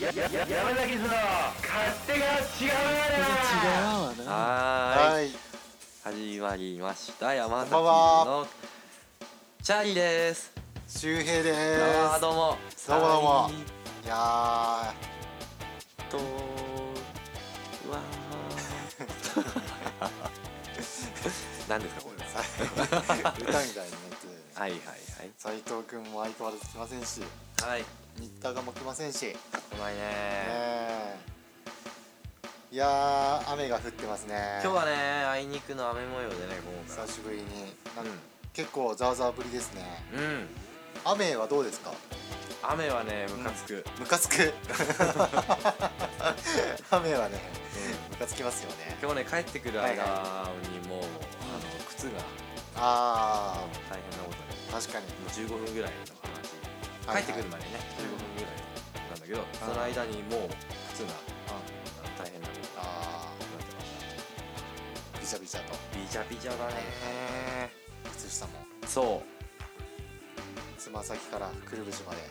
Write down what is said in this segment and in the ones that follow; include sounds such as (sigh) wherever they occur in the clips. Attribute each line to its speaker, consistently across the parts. Speaker 1: ややや山崎の勝手が違う
Speaker 2: 違うわな
Speaker 3: はーい
Speaker 2: はい
Speaker 3: 始まりました山崎
Speaker 2: こんばん
Speaker 3: のチャーリーです
Speaker 2: 周平で
Speaker 3: あー
Speaker 2: す
Speaker 3: どうも
Speaker 2: どうもどうも
Speaker 3: はい
Speaker 2: いやー
Speaker 3: とう
Speaker 2: (laughs)
Speaker 3: わー何ですかこれ
Speaker 2: さ歌みたいになって
Speaker 3: はいはい
Speaker 2: 斉藤君も相変わらず来ませんし
Speaker 3: はいはい
Speaker 2: 新田がも来ませんしね
Speaker 3: うまいね
Speaker 2: えいやー雨が降ってますね
Speaker 3: 今日はねあいにくの雨模様でね今
Speaker 2: 久しぶりになん
Speaker 3: 回
Speaker 2: か結構ザーザーぶりですね
Speaker 3: うん、うん、
Speaker 2: 雨はどうですか
Speaker 3: 雨はねムカつく、
Speaker 2: ムカつく (laughs) 雨はねムカつきますよね
Speaker 3: 今日ね帰ってくる間にもう、あの靴が
Speaker 2: あ
Speaker 3: 大変なことで
Speaker 2: ー確かに
Speaker 3: もう15分ぐらいの話帰ってくるまでね15分ぐらいなんだけどその間にもう靴があの大変なことに
Speaker 2: あ
Speaker 3: なってまし
Speaker 2: ーびちゃびちゃ
Speaker 3: た
Speaker 2: と
Speaker 3: ビチャビチャだね
Speaker 2: 靴下も
Speaker 3: そ
Speaker 2: つま先からくるぶしまで
Speaker 3: う
Speaker 2: ょ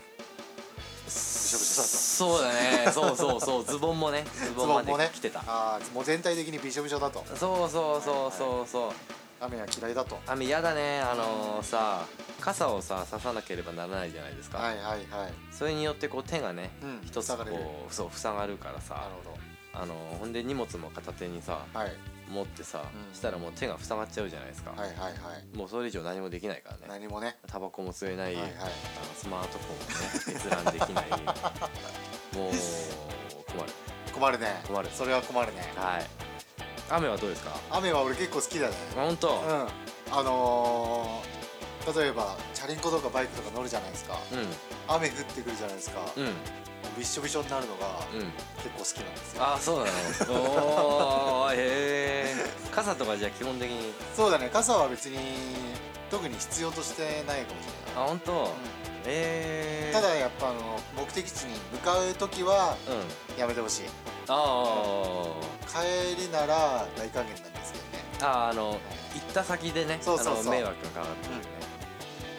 Speaker 2: びしょだと
Speaker 3: そうだねそうそうそうズボンも
Speaker 2: (laughs)
Speaker 3: ねズボンまで来てた
Speaker 2: あーもう全体的にびしょびしょだと
Speaker 3: そうそうそうそうそう
Speaker 2: 雨は嫌いだと
Speaker 3: 雨嫌だねあのーさ傘をさ刺さなければならないじゃないですか、
Speaker 2: はいはいはい
Speaker 3: それによってこう手がね
Speaker 2: うん
Speaker 3: 一つ
Speaker 2: 塞
Speaker 3: こ
Speaker 2: がれる
Speaker 3: うそう塞がるから
Speaker 2: な
Speaker 3: さ
Speaker 2: るほ
Speaker 3: あのーほんで荷物も片手にさ
Speaker 2: どはい
Speaker 3: 持ってさ、
Speaker 2: うん
Speaker 3: したらもう手が塞がっちゃうじゃないですか、
Speaker 2: はいはいはい
Speaker 3: もうそれ以上何もできないからね
Speaker 2: 何もね
Speaker 3: タバコも吸えない、
Speaker 2: はいはい
Speaker 3: あのスマートフォンもね閲覧でき
Speaker 2: (laughs)
Speaker 3: ないもう困る
Speaker 2: 困るね
Speaker 3: 困る
Speaker 2: それは困るね
Speaker 3: はい雨はどうですか
Speaker 2: 雨は俺結構好きだね
Speaker 3: あ本当、
Speaker 2: うんあのー例えばチャリンコとかバイクとか乗るじゃないですか
Speaker 3: うん
Speaker 2: 雨降ってくるじゃないですか
Speaker 3: うん
Speaker 2: びっしょびしょになるのが
Speaker 3: うん
Speaker 2: 結構好きなんですよ
Speaker 3: あ (laughs) そうなのおーへえ傘とかじゃあ基本的に
Speaker 2: そうだね傘は別に特に必要としてないかもしれ
Speaker 3: あ
Speaker 2: ない
Speaker 3: 本当、
Speaker 2: う
Speaker 3: ええ
Speaker 2: ん
Speaker 3: ー、
Speaker 2: ただやっぱあの目的地に向かう時は
Speaker 3: うん
Speaker 2: やめてほしい
Speaker 3: ああ
Speaker 2: 帰りなら大歓迎なんですけどね
Speaker 3: ああの行った先でね
Speaker 2: そうそうそう
Speaker 3: あの迷惑がかかってるね、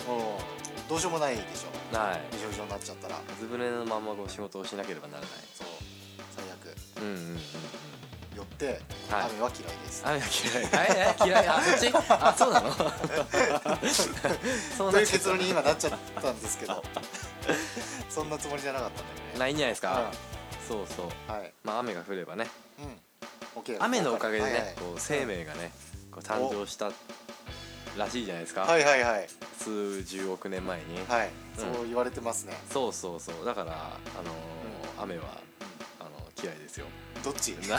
Speaker 2: もうどうしようもないでしょ
Speaker 3: はい
Speaker 2: びしょびしょになっちゃったら
Speaker 3: ずぶれのままこう仕事をしなければならない
Speaker 2: そう最悪
Speaker 3: うんうんうんうん
Speaker 2: よって
Speaker 3: はい
Speaker 2: 雨は嫌いです、
Speaker 3: 雨が嫌いええ嫌 (laughs) いあそっちあそうな (laughs) のそう
Speaker 2: と
Speaker 3: ないっ
Speaker 2: う
Speaker 3: ちゃっ
Speaker 2: 結論に今なっちゃったんです
Speaker 3: (laughs)
Speaker 2: けどそんなつもりじゃなかったんだよ
Speaker 3: た
Speaker 2: ね
Speaker 3: ないんじゃないですか、そうそう
Speaker 2: うんはい
Speaker 3: まあ雨が降ればね
Speaker 2: うん OK
Speaker 3: 雨のおかげでね、
Speaker 2: はいはい
Speaker 3: こう生命がねこう誕生したらしいじゃないですか、
Speaker 2: はいはいはい
Speaker 3: 数十億年前に、
Speaker 2: はい、
Speaker 3: うん
Speaker 2: そう言われてますね
Speaker 3: そうそうそうだからあのー雨はあの嫌い (laughs) ですよ
Speaker 2: どっち
Speaker 3: な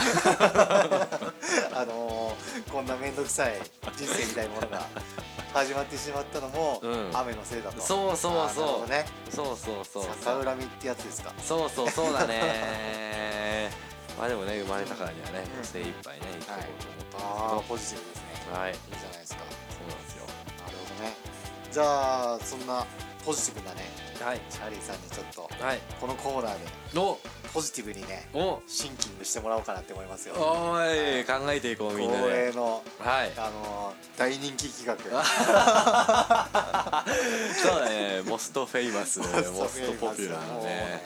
Speaker 2: (laughs) あのーこんな面倒くさい人生みたいなものが始まってしまったのも、
Speaker 3: うん
Speaker 2: 雨のせいだと
Speaker 3: そうそう
Speaker 2: あーなるほ
Speaker 3: そ
Speaker 2: ど
Speaker 3: う、
Speaker 2: ね
Speaker 3: そうそうそう
Speaker 2: 逆恨みってやつですか
Speaker 3: そうそうそうだ
Speaker 2: (laughs)
Speaker 3: ねまあでもね生まれたからにはね
Speaker 2: うん
Speaker 3: 精一杯ね生きていこうと
Speaker 2: あ
Speaker 3: 思
Speaker 2: あ
Speaker 3: っ
Speaker 2: ポジティブですね
Speaker 3: たんですけどはい
Speaker 2: いいじゃないですか
Speaker 3: そうなんですよ
Speaker 2: なるほどねじゃあそんなポジティブなね
Speaker 3: はい
Speaker 2: チャーリーさんにちょっと
Speaker 3: はい
Speaker 2: このコーナーで
Speaker 3: お
Speaker 2: ポジティブにね
Speaker 3: お
Speaker 2: シンキングしてもらおうかなって思いますよ
Speaker 3: お
Speaker 2: はい
Speaker 3: い考えていこうみんな
Speaker 2: 恒例
Speaker 3: で
Speaker 2: の、
Speaker 3: はい
Speaker 2: あのー大人気企画
Speaker 3: そうだねモストフェイマス
Speaker 2: (laughs)
Speaker 3: モ
Speaker 2: フ
Speaker 3: ス
Speaker 2: ェ
Speaker 3: ト
Speaker 2: イ
Speaker 3: ポ
Speaker 2: マ
Speaker 3: ピ
Speaker 2: ス
Speaker 3: ュラーのね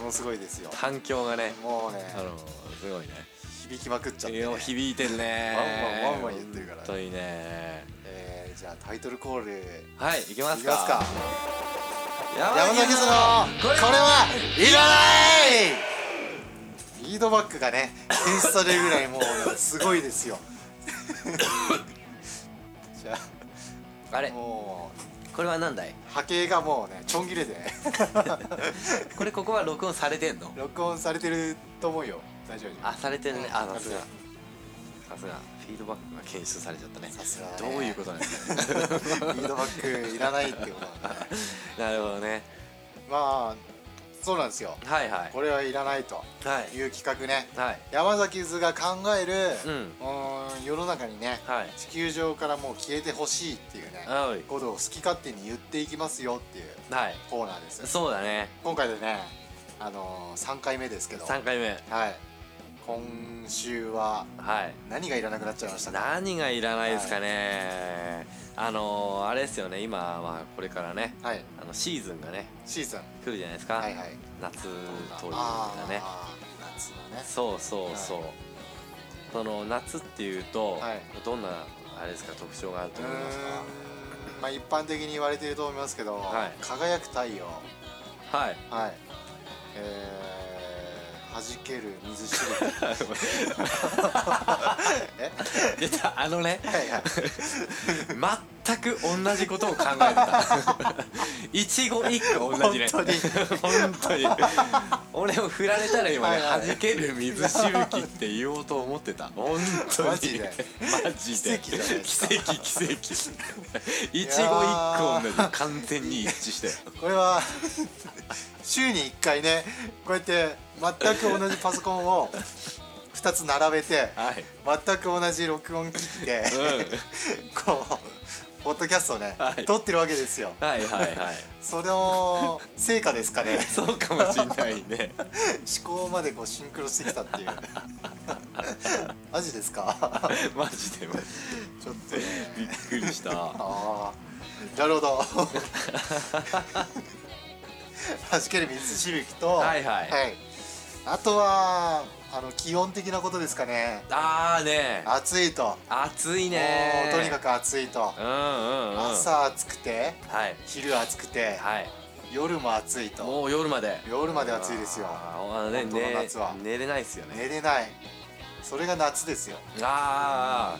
Speaker 2: もうねものすごいですよ
Speaker 3: 反響がね
Speaker 2: もうね
Speaker 3: あのすごいね
Speaker 2: 響きまくっちゃって、ね
Speaker 3: いや響いてるね
Speaker 2: ワンワンワンワン言ってるから
Speaker 3: 本当にね
Speaker 2: えーじゃあタイトルコールい
Speaker 3: はい行きま
Speaker 2: き
Speaker 3: す
Speaker 2: ま
Speaker 3: か
Speaker 2: すか山
Speaker 3: 山
Speaker 2: 崎
Speaker 3: 崎
Speaker 2: さ
Speaker 3: さ
Speaker 2: ん
Speaker 3: ん
Speaker 2: のこれはいらないフィードバックがね検出されるぐらいもうすごいですよ
Speaker 3: (laughs)
Speaker 2: じゃ
Speaker 3: あれ
Speaker 2: あも
Speaker 3: これは何だいう
Speaker 2: 波形がもうねちょん切れでね
Speaker 3: これここは録音されてんの
Speaker 2: 録音されてると思うよ大丈夫
Speaker 3: あされてるねあ
Speaker 2: うん
Speaker 3: さすがさすがフィードバックが検出されちゃったね
Speaker 2: さすがだ
Speaker 3: ど
Speaker 2: ね
Speaker 3: ういうことなんですかね
Speaker 2: フィードバックいらないってことなんでね
Speaker 3: (laughs) なるほどね
Speaker 2: まあそうなんですよ
Speaker 3: はいはい
Speaker 2: これはいらないと
Speaker 3: はい
Speaker 2: いう企画ね
Speaker 3: はい
Speaker 2: 山崎図が考える、
Speaker 3: うん
Speaker 2: ーん世の中にね
Speaker 3: はい
Speaker 2: 地球上からもう消えてほしいっていうね
Speaker 3: おい
Speaker 2: ことを好き勝手に言っていきますよっていう
Speaker 3: はい
Speaker 2: コーナーです
Speaker 3: そうだね
Speaker 2: 今回でねあのー、3回目ですけど
Speaker 3: 3回目
Speaker 2: はい今週は
Speaker 3: はい
Speaker 2: 何がいらなくなっちゃいましたか
Speaker 3: 何がいらないですかね、あのー、あれですよね今、まあ、これからね
Speaker 2: はい
Speaker 3: あのシーズンがね
Speaker 2: シーズン
Speaker 3: 来るじゃないですか、
Speaker 2: はいはい
Speaker 3: 夏という
Speaker 2: あ
Speaker 3: か
Speaker 2: ー
Speaker 3: ね
Speaker 2: 夏のね
Speaker 3: そうそうそう、その夏っていうと、
Speaker 2: はい
Speaker 3: どんなあれですか特徴があると
Speaker 2: うー
Speaker 3: 思いますか
Speaker 2: んまあ一般的に言われていると思いますけど、
Speaker 3: はい
Speaker 2: 輝く太陽
Speaker 3: はい
Speaker 2: はいえー、弾ける水しぶ
Speaker 3: (laughs)
Speaker 2: きえ
Speaker 3: 出たあのね
Speaker 2: はいはい
Speaker 3: 全く同じことを考えてた一語一句同じね
Speaker 2: 本当
Speaker 3: 本当に俺も振られたら今
Speaker 2: は
Speaker 3: ね
Speaker 2: いはい
Speaker 3: 弾ける水しぶきって言おうと思ってた本当に
Speaker 2: マジで
Speaker 3: マジで
Speaker 2: 奇跡じゃないですか
Speaker 3: 奇跡奇跡一語一
Speaker 2: や
Speaker 3: 句同じ完全に一致して
Speaker 2: これは (laughs) 週に1回ねこうやって全く同じパソコンを2つ並べて (laughs)
Speaker 3: はい
Speaker 2: 全く同じ録音機器で、こうポッドキャストをね、
Speaker 3: はい
Speaker 2: 撮ってるわけですよ
Speaker 3: はいはいはい
Speaker 2: それの成果ですかね
Speaker 3: そうかもしんない (laughs) ね
Speaker 2: 思考までこうシンクロしてきたっていうマジですか
Speaker 3: マジでマジ
Speaker 2: ちょっとね
Speaker 3: でびっくりしたは
Speaker 2: ああなる
Speaker 3: (laughs)
Speaker 2: ほど弾ける水しぶきと
Speaker 3: はいはい
Speaker 2: あとはあの気温的なことですかね
Speaker 3: あーね
Speaker 2: 暑いと
Speaker 3: 暑いね
Speaker 2: もうとにかく暑いと
Speaker 3: う、んうんうん
Speaker 2: 朝暑くて
Speaker 3: はい
Speaker 2: 昼暑くて、
Speaker 3: はい
Speaker 2: 夜も暑いと
Speaker 3: もう夜まで
Speaker 2: 夜まで暑いですよ
Speaker 3: あーあのね
Speaker 2: 本当の夏は
Speaker 3: ね寝れないですよね
Speaker 2: 寝れないそれが夏ですよ
Speaker 3: あ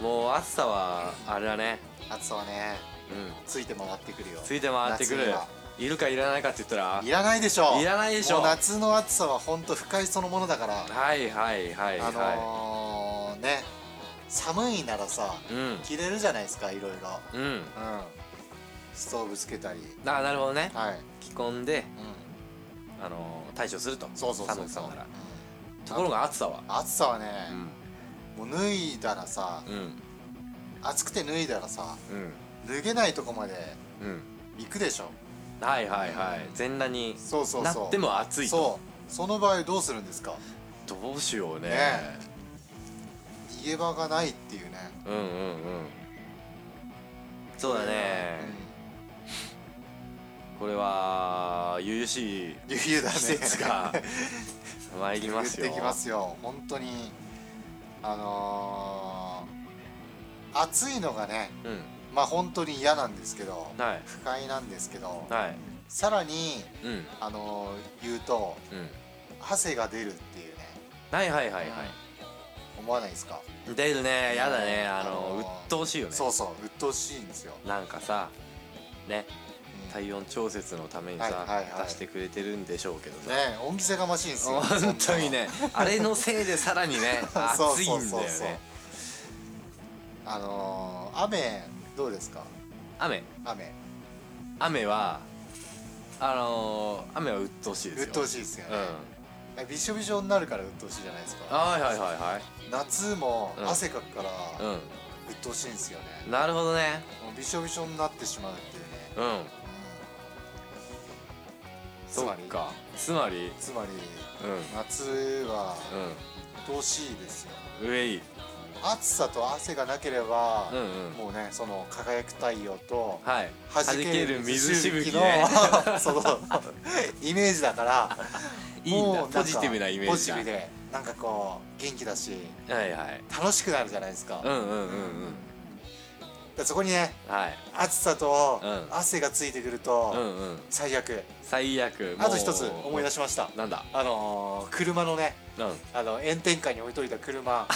Speaker 3: あもう暑さはあれだね
Speaker 2: 暑さはね
Speaker 3: うん
Speaker 2: ついて回ってくるよ
Speaker 3: ついて回ってく
Speaker 2: 夏
Speaker 3: る
Speaker 2: にはい
Speaker 3: るかいらないかって言ったら
Speaker 2: いらないでしょ
Speaker 3: いらないでしょ
Speaker 2: もう夏の暑さは本当不快そのものだから
Speaker 3: はいはいはい
Speaker 2: あ
Speaker 3: は
Speaker 2: のー、ね寒いならさ
Speaker 3: いうん
Speaker 2: 着れるじゃないですかいろいろ
Speaker 3: うん
Speaker 2: うんストーブつけたり
Speaker 3: あーなるほどね
Speaker 2: はい、
Speaker 3: 着込んで
Speaker 2: う
Speaker 3: あのー対処すると
Speaker 2: ん、そうそうそう
Speaker 3: 寒さなら
Speaker 2: うん
Speaker 3: ところが暑さは
Speaker 2: 暑さはね、
Speaker 3: うん
Speaker 2: もう脱いだらさ
Speaker 3: うん
Speaker 2: 暑くて脱いだらさ
Speaker 3: うん
Speaker 2: 脱げないとこまで
Speaker 3: うん
Speaker 2: 行くでしょ
Speaker 3: はいはいはい全裸に
Speaker 2: そうそう
Speaker 3: な
Speaker 2: そう
Speaker 3: っても暑いと
Speaker 2: そうその場合どうするんですか
Speaker 3: どうしようね
Speaker 2: ね逃げ場がないっていうね
Speaker 3: うんうんうんそうだね、これは悠々しい
Speaker 2: うん、冬だね
Speaker 3: 季節が参り
Speaker 2: (laughs) 言
Speaker 3: ま
Speaker 2: っ
Speaker 3: すよ
Speaker 2: てきますよ本当にあのー、暑いのがね
Speaker 3: うん
Speaker 2: まあ本当に嫌なんですけど
Speaker 3: はい
Speaker 2: 不快なんですけど
Speaker 3: はい
Speaker 2: さらに
Speaker 3: うんうん
Speaker 2: あのー、言うと汗が出るっていうね
Speaker 3: はいはいはいは
Speaker 2: 思わないですか、
Speaker 3: い出るねやだねあ
Speaker 2: あ
Speaker 3: の
Speaker 2: のー
Speaker 3: 鬱陶しいよね
Speaker 2: そうそう鬱陶しいんですよ、
Speaker 3: なんかさね
Speaker 2: うん
Speaker 3: 体温調節のためにさ、
Speaker 2: はいはいはい
Speaker 3: 出してくれてるんでしょうけどさ、
Speaker 2: ね恩着せがましいんですよ
Speaker 3: 本当にねあれのせいでさらにね
Speaker 2: そう
Speaker 3: 暑いんだ
Speaker 2: そ
Speaker 3: よ
Speaker 2: う
Speaker 3: ね
Speaker 2: そうそうあのー、雨どうですか
Speaker 3: 雨
Speaker 2: 雨
Speaker 3: 雨はあのー、雨は鬱陶しいですよ
Speaker 2: 鬱陶
Speaker 3: い
Speaker 2: しいですよ
Speaker 3: うん
Speaker 2: ね、びしょびしょになるから鬱陶しいじゃないですか
Speaker 3: はいはいは
Speaker 2: 夏も
Speaker 3: うん
Speaker 2: 汗かくから
Speaker 3: いはい
Speaker 2: 鬱陶しいんですよね、
Speaker 3: うんなるほどね
Speaker 2: もうびしょびしょになってしまうっていうね、
Speaker 3: うん
Speaker 2: うん、つ
Speaker 3: そ
Speaker 2: ま
Speaker 3: っ
Speaker 2: り
Speaker 3: かつまり
Speaker 2: つまり
Speaker 3: う
Speaker 2: 夏は鬱陶しいですよ
Speaker 3: んうん上いい
Speaker 2: 暑さと汗がなければ
Speaker 3: うん、うん
Speaker 2: もうねその輝く太陽と
Speaker 3: はい
Speaker 2: 弾
Speaker 3: 弾ける水しぶき
Speaker 2: の
Speaker 3: ね
Speaker 2: その (laughs) イメージだから
Speaker 3: いいんだ
Speaker 2: もうか
Speaker 3: ポジティブなイメージだ
Speaker 2: ポジティブでなんかこう元気だし
Speaker 3: はいはい
Speaker 2: 楽しくなるじゃないです
Speaker 3: う
Speaker 2: か,、だか
Speaker 3: んうんうんうん
Speaker 2: らそこにね
Speaker 3: はい
Speaker 2: 暑さと
Speaker 3: うん
Speaker 2: 汗がついてくる
Speaker 3: う
Speaker 2: と
Speaker 3: んうん
Speaker 2: 最悪、
Speaker 3: 最悪
Speaker 2: あと一つ思い出
Speaker 3: し
Speaker 2: しました
Speaker 3: なんだ
Speaker 2: あのー車のね
Speaker 3: うん
Speaker 2: あの炎天下に置いといた車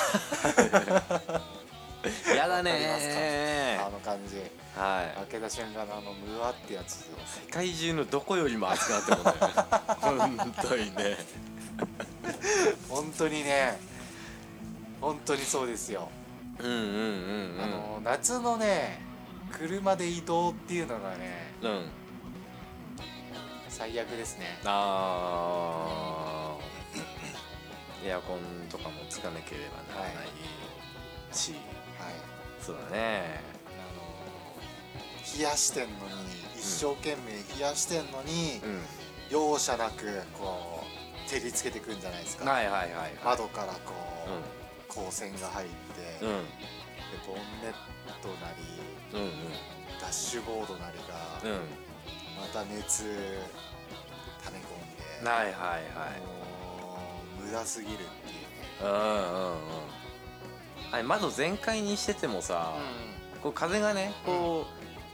Speaker 3: やだ
Speaker 2: あります
Speaker 3: ね
Speaker 2: あの感じ
Speaker 3: ーは
Speaker 2: 開けた瞬間のあのムワってやつ
Speaker 3: い世界中のどこよりも暑くなってもね本当にね
Speaker 2: 本当にね本当にそうですよ、
Speaker 3: うんうんうんうん
Speaker 2: あのー夏のね車で移動っていうのがね
Speaker 3: うん
Speaker 2: 最悪ですね
Speaker 3: あーエアコンとかもつかなければならないし、
Speaker 2: はい
Speaker 3: そうだね
Speaker 2: あの冷やしてんのに一生懸命冷やしてんのに、
Speaker 3: うん
Speaker 2: 容赦なくこう照りつけてくんじゃないですか、
Speaker 3: はいはいはいはい
Speaker 2: 窓からこう、
Speaker 3: う
Speaker 2: 光線が入って、
Speaker 3: んう
Speaker 2: で
Speaker 3: ん
Speaker 2: ボンネットなり
Speaker 3: うん
Speaker 2: ダッシュボードなり
Speaker 3: う
Speaker 2: が、
Speaker 3: んう
Speaker 2: また熱溜め込んで
Speaker 3: んはいはい
Speaker 2: もう無駄すぎるっていうね、
Speaker 3: はいうんうんうんあれ窓全開にしててもさ、こう風がねこ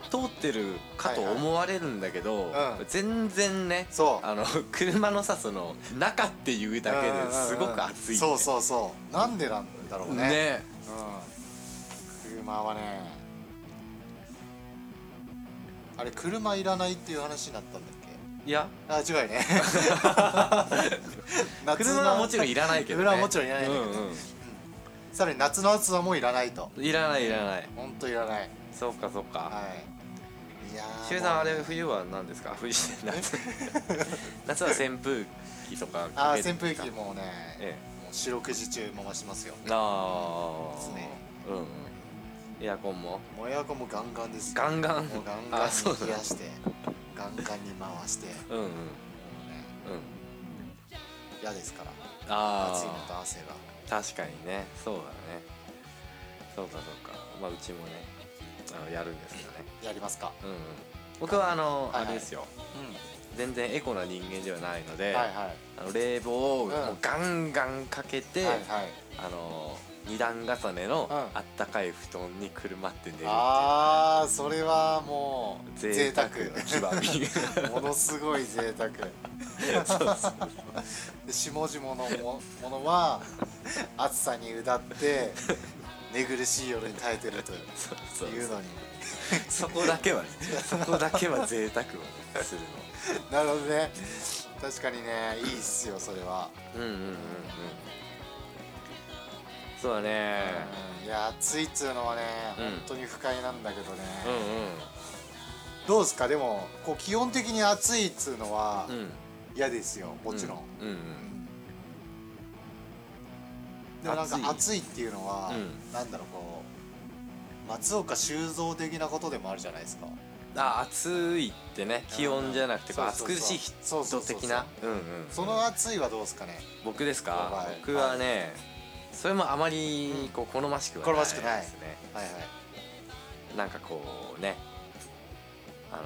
Speaker 3: う、通ってるかと
Speaker 2: はいはい
Speaker 3: 思われるんだけど、
Speaker 2: うん
Speaker 3: 全然ね
Speaker 2: そう
Speaker 3: あの (laughs) 車のさその中っていうだけですごく暑い、ね
Speaker 2: そうそうそうなんでなんだろうね
Speaker 3: ね
Speaker 2: うん、車はねあれ車いらないっていう話になったんだっ
Speaker 3: いや
Speaker 2: けあ違うよ
Speaker 3: (laughs)
Speaker 2: ね夏の
Speaker 3: 車はもちろんいらないけど、ね、
Speaker 2: 車はもちろんいらないんだけど
Speaker 3: うん
Speaker 2: さらに夏の暑さもいらないと
Speaker 3: うん、いらないいらない
Speaker 2: ほんといらない
Speaker 3: そうかそうか
Speaker 2: はいいやー
Speaker 3: 周さん
Speaker 2: も
Speaker 3: あ
Speaker 2: うね
Speaker 3: れ冬は何ですか冬して
Speaker 2: (laughs)
Speaker 3: 夏夏は扇風機とか
Speaker 2: あ
Speaker 3: か
Speaker 2: ー
Speaker 3: けて
Speaker 2: 扇風機もうね、
Speaker 3: え
Speaker 2: もう四六時中回しますよ
Speaker 3: えああ
Speaker 2: 常に
Speaker 3: うんうんエアコンも
Speaker 2: もうエアコンもガンガンですよ
Speaker 3: ガンガン
Speaker 2: もうガンガン
Speaker 3: あそう
Speaker 2: に
Speaker 3: だ
Speaker 2: 冷やしてガンガンに回しても
Speaker 3: うんうんうん
Speaker 2: うね嫌ですから暑いの
Speaker 3: あ
Speaker 2: と汗が
Speaker 3: あ確かにねそうだねそうかそうかまあうちもねあのやるんですよね
Speaker 2: やりますか
Speaker 3: うんうん僕はあの、
Speaker 2: はいはい
Speaker 3: あれですよ
Speaker 2: う
Speaker 3: 全然エコな人間ではないの
Speaker 2: ん
Speaker 3: で、
Speaker 2: はいはい
Speaker 3: あの冷房を
Speaker 2: うん
Speaker 3: もうガンガンかけて、
Speaker 2: はいはい
Speaker 3: あの二段重ねの
Speaker 2: うん
Speaker 3: あったかい布団にくるまって寝るっていう
Speaker 2: ああそれはもう贅沢
Speaker 3: 沢の極み
Speaker 2: (laughs) ものすごい贅沢で下々のもものは暑さにうだって寝苦しい夜に耐えてるとい
Speaker 3: そうそう
Speaker 2: うのに
Speaker 3: そこだけはねそこだけは贅沢をねする
Speaker 2: なるほどね確かにねいいっすよそれは、
Speaker 3: のうんうんうんうんそうだね
Speaker 2: うんいや暑いっつうのはね
Speaker 3: うん
Speaker 2: 本当に不快なんだけどね、
Speaker 3: うん
Speaker 2: どうですかでもこう基本的に暑いっつうのは
Speaker 3: うんうん
Speaker 2: 嫌ですよもちろん、
Speaker 3: うんうん
Speaker 2: でもなんか
Speaker 3: 暑
Speaker 2: 暑いっていうのは、
Speaker 3: うん
Speaker 2: なんだろうこう松岡修造的なことでもあるじゃないですか
Speaker 3: あ暑いってね気温じゃなくてこう暑
Speaker 2: そう
Speaker 3: 苦
Speaker 2: そうそう
Speaker 3: しい
Speaker 2: そう
Speaker 3: 人
Speaker 2: そうそう
Speaker 3: 的なうんうん
Speaker 2: その暑いはどうですかね
Speaker 3: 僕ですか
Speaker 2: はい
Speaker 3: 僕はねそれもあまりこう好ましくはない
Speaker 2: 好ましくない
Speaker 3: ですね
Speaker 2: はいはい
Speaker 3: なんかこうねあの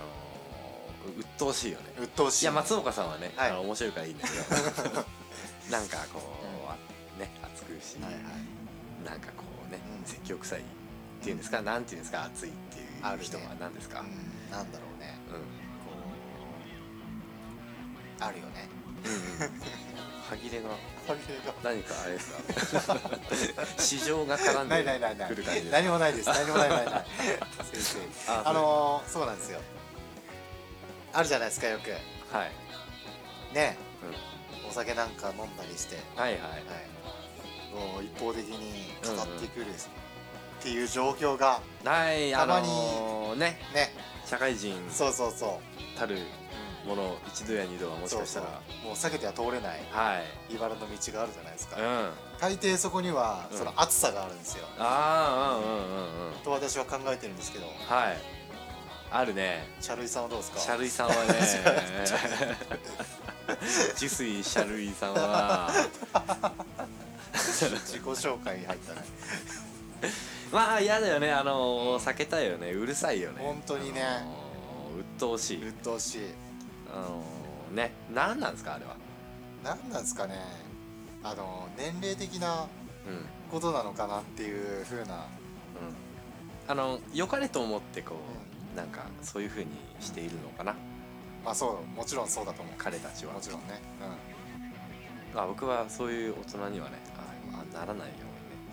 Speaker 3: ー、鬱陶しいよね
Speaker 2: 鬱陶しい
Speaker 3: いや松岡さんはね、
Speaker 2: はい
Speaker 3: あの面白いからいいんだけ
Speaker 2: (laughs)
Speaker 3: どなんかこう、あね暑苦しい、
Speaker 2: はいはい
Speaker 3: なんかこうね、
Speaker 2: うん
Speaker 3: 積極臭いっていうんですか、なんていうんですか暑いって
Speaker 2: あ
Speaker 3: い
Speaker 2: る
Speaker 3: う
Speaker 2: ね
Speaker 3: 人は何ですか、
Speaker 2: うんなんだろうね
Speaker 3: うん
Speaker 2: あるよね
Speaker 3: 歯切れが
Speaker 2: 歯切れが
Speaker 3: 何かあれですか
Speaker 2: (laughs)
Speaker 3: 市場が絡ん
Speaker 2: ないないない
Speaker 3: で
Speaker 2: ない
Speaker 3: くる感じです
Speaker 2: 何もない
Speaker 3: (laughs)
Speaker 2: です何もないないない先生
Speaker 3: あ
Speaker 2: あのー、そうなんですよあるじゃないですかよく
Speaker 3: はい、
Speaker 2: ね
Speaker 3: う
Speaker 2: お酒なんか飲んだりして
Speaker 3: ん、はいはいはい
Speaker 2: はい、もう一方的に語ってくる、っていう状況が
Speaker 3: ないあ
Speaker 2: たまに
Speaker 3: のー、ね
Speaker 2: ね
Speaker 3: 社会人
Speaker 2: そうそうそ
Speaker 3: たる
Speaker 2: う、
Speaker 3: もの一度や二度はもし
Speaker 2: そう
Speaker 3: かした
Speaker 2: そ
Speaker 3: ら
Speaker 2: うもう避けては通れない
Speaker 3: はい
Speaker 2: 茨の道があるじゃないですか、
Speaker 3: うんあ
Speaker 2: 大抵そこには
Speaker 3: うん
Speaker 2: その暑さがあるんですよ、
Speaker 3: あーうんうんうんうん
Speaker 2: と私は考えてるんですけど
Speaker 3: はいあるね
Speaker 2: シャルイさんはどうですか
Speaker 3: シャルイさんは
Speaker 2: (laughs)
Speaker 3: ね受水シャルイさんは
Speaker 2: 自己紹介に入ったね
Speaker 3: まあ嫌だよねあのー避けたいよねうるさいよね
Speaker 2: 本当にね
Speaker 3: あのー鬱陶しい
Speaker 2: 鬱陶しい
Speaker 3: あのーね何なんですかあれは
Speaker 2: 何なんですかねあの年齢的な
Speaker 3: うんうん
Speaker 2: ことなのかなっていう風な
Speaker 3: あの良かれと思ってこうなんかそういう風にしているのかな
Speaker 2: まあそうもちろんそうだと思う
Speaker 3: 彼たちは
Speaker 2: もちろんね
Speaker 3: まあ僕はそういう大人にはねああならないよ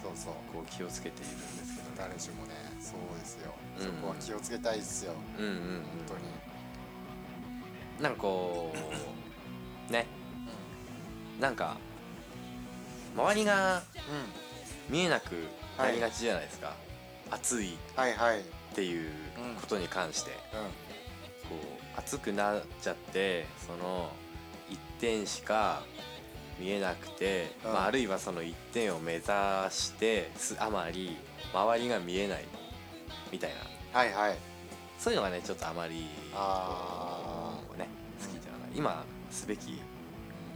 Speaker 3: う
Speaker 2: うんそうそう
Speaker 3: にねこう気をつけているんですけどね
Speaker 2: 誰しもねそうですよ、
Speaker 3: うん
Speaker 2: そこは気をつけたいですよ
Speaker 3: うんうんうん
Speaker 2: 本当に、
Speaker 3: なんかこうねなんか周りが
Speaker 2: う
Speaker 3: 見えなくなりがちじゃないですか、暑いっ
Speaker 2: んはいはいうん
Speaker 3: ていうことに関して、こう暑くなっちゃってその一点しか見えなくて、
Speaker 2: うん
Speaker 3: まあ、あるいはその一点を目指してすあまり周りが見えないみたいな
Speaker 2: はいはい
Speaker 3: そういうのがねちょっとあまり
Speaker 2: あー
Speaker 3: こうね好きじゃない今すべき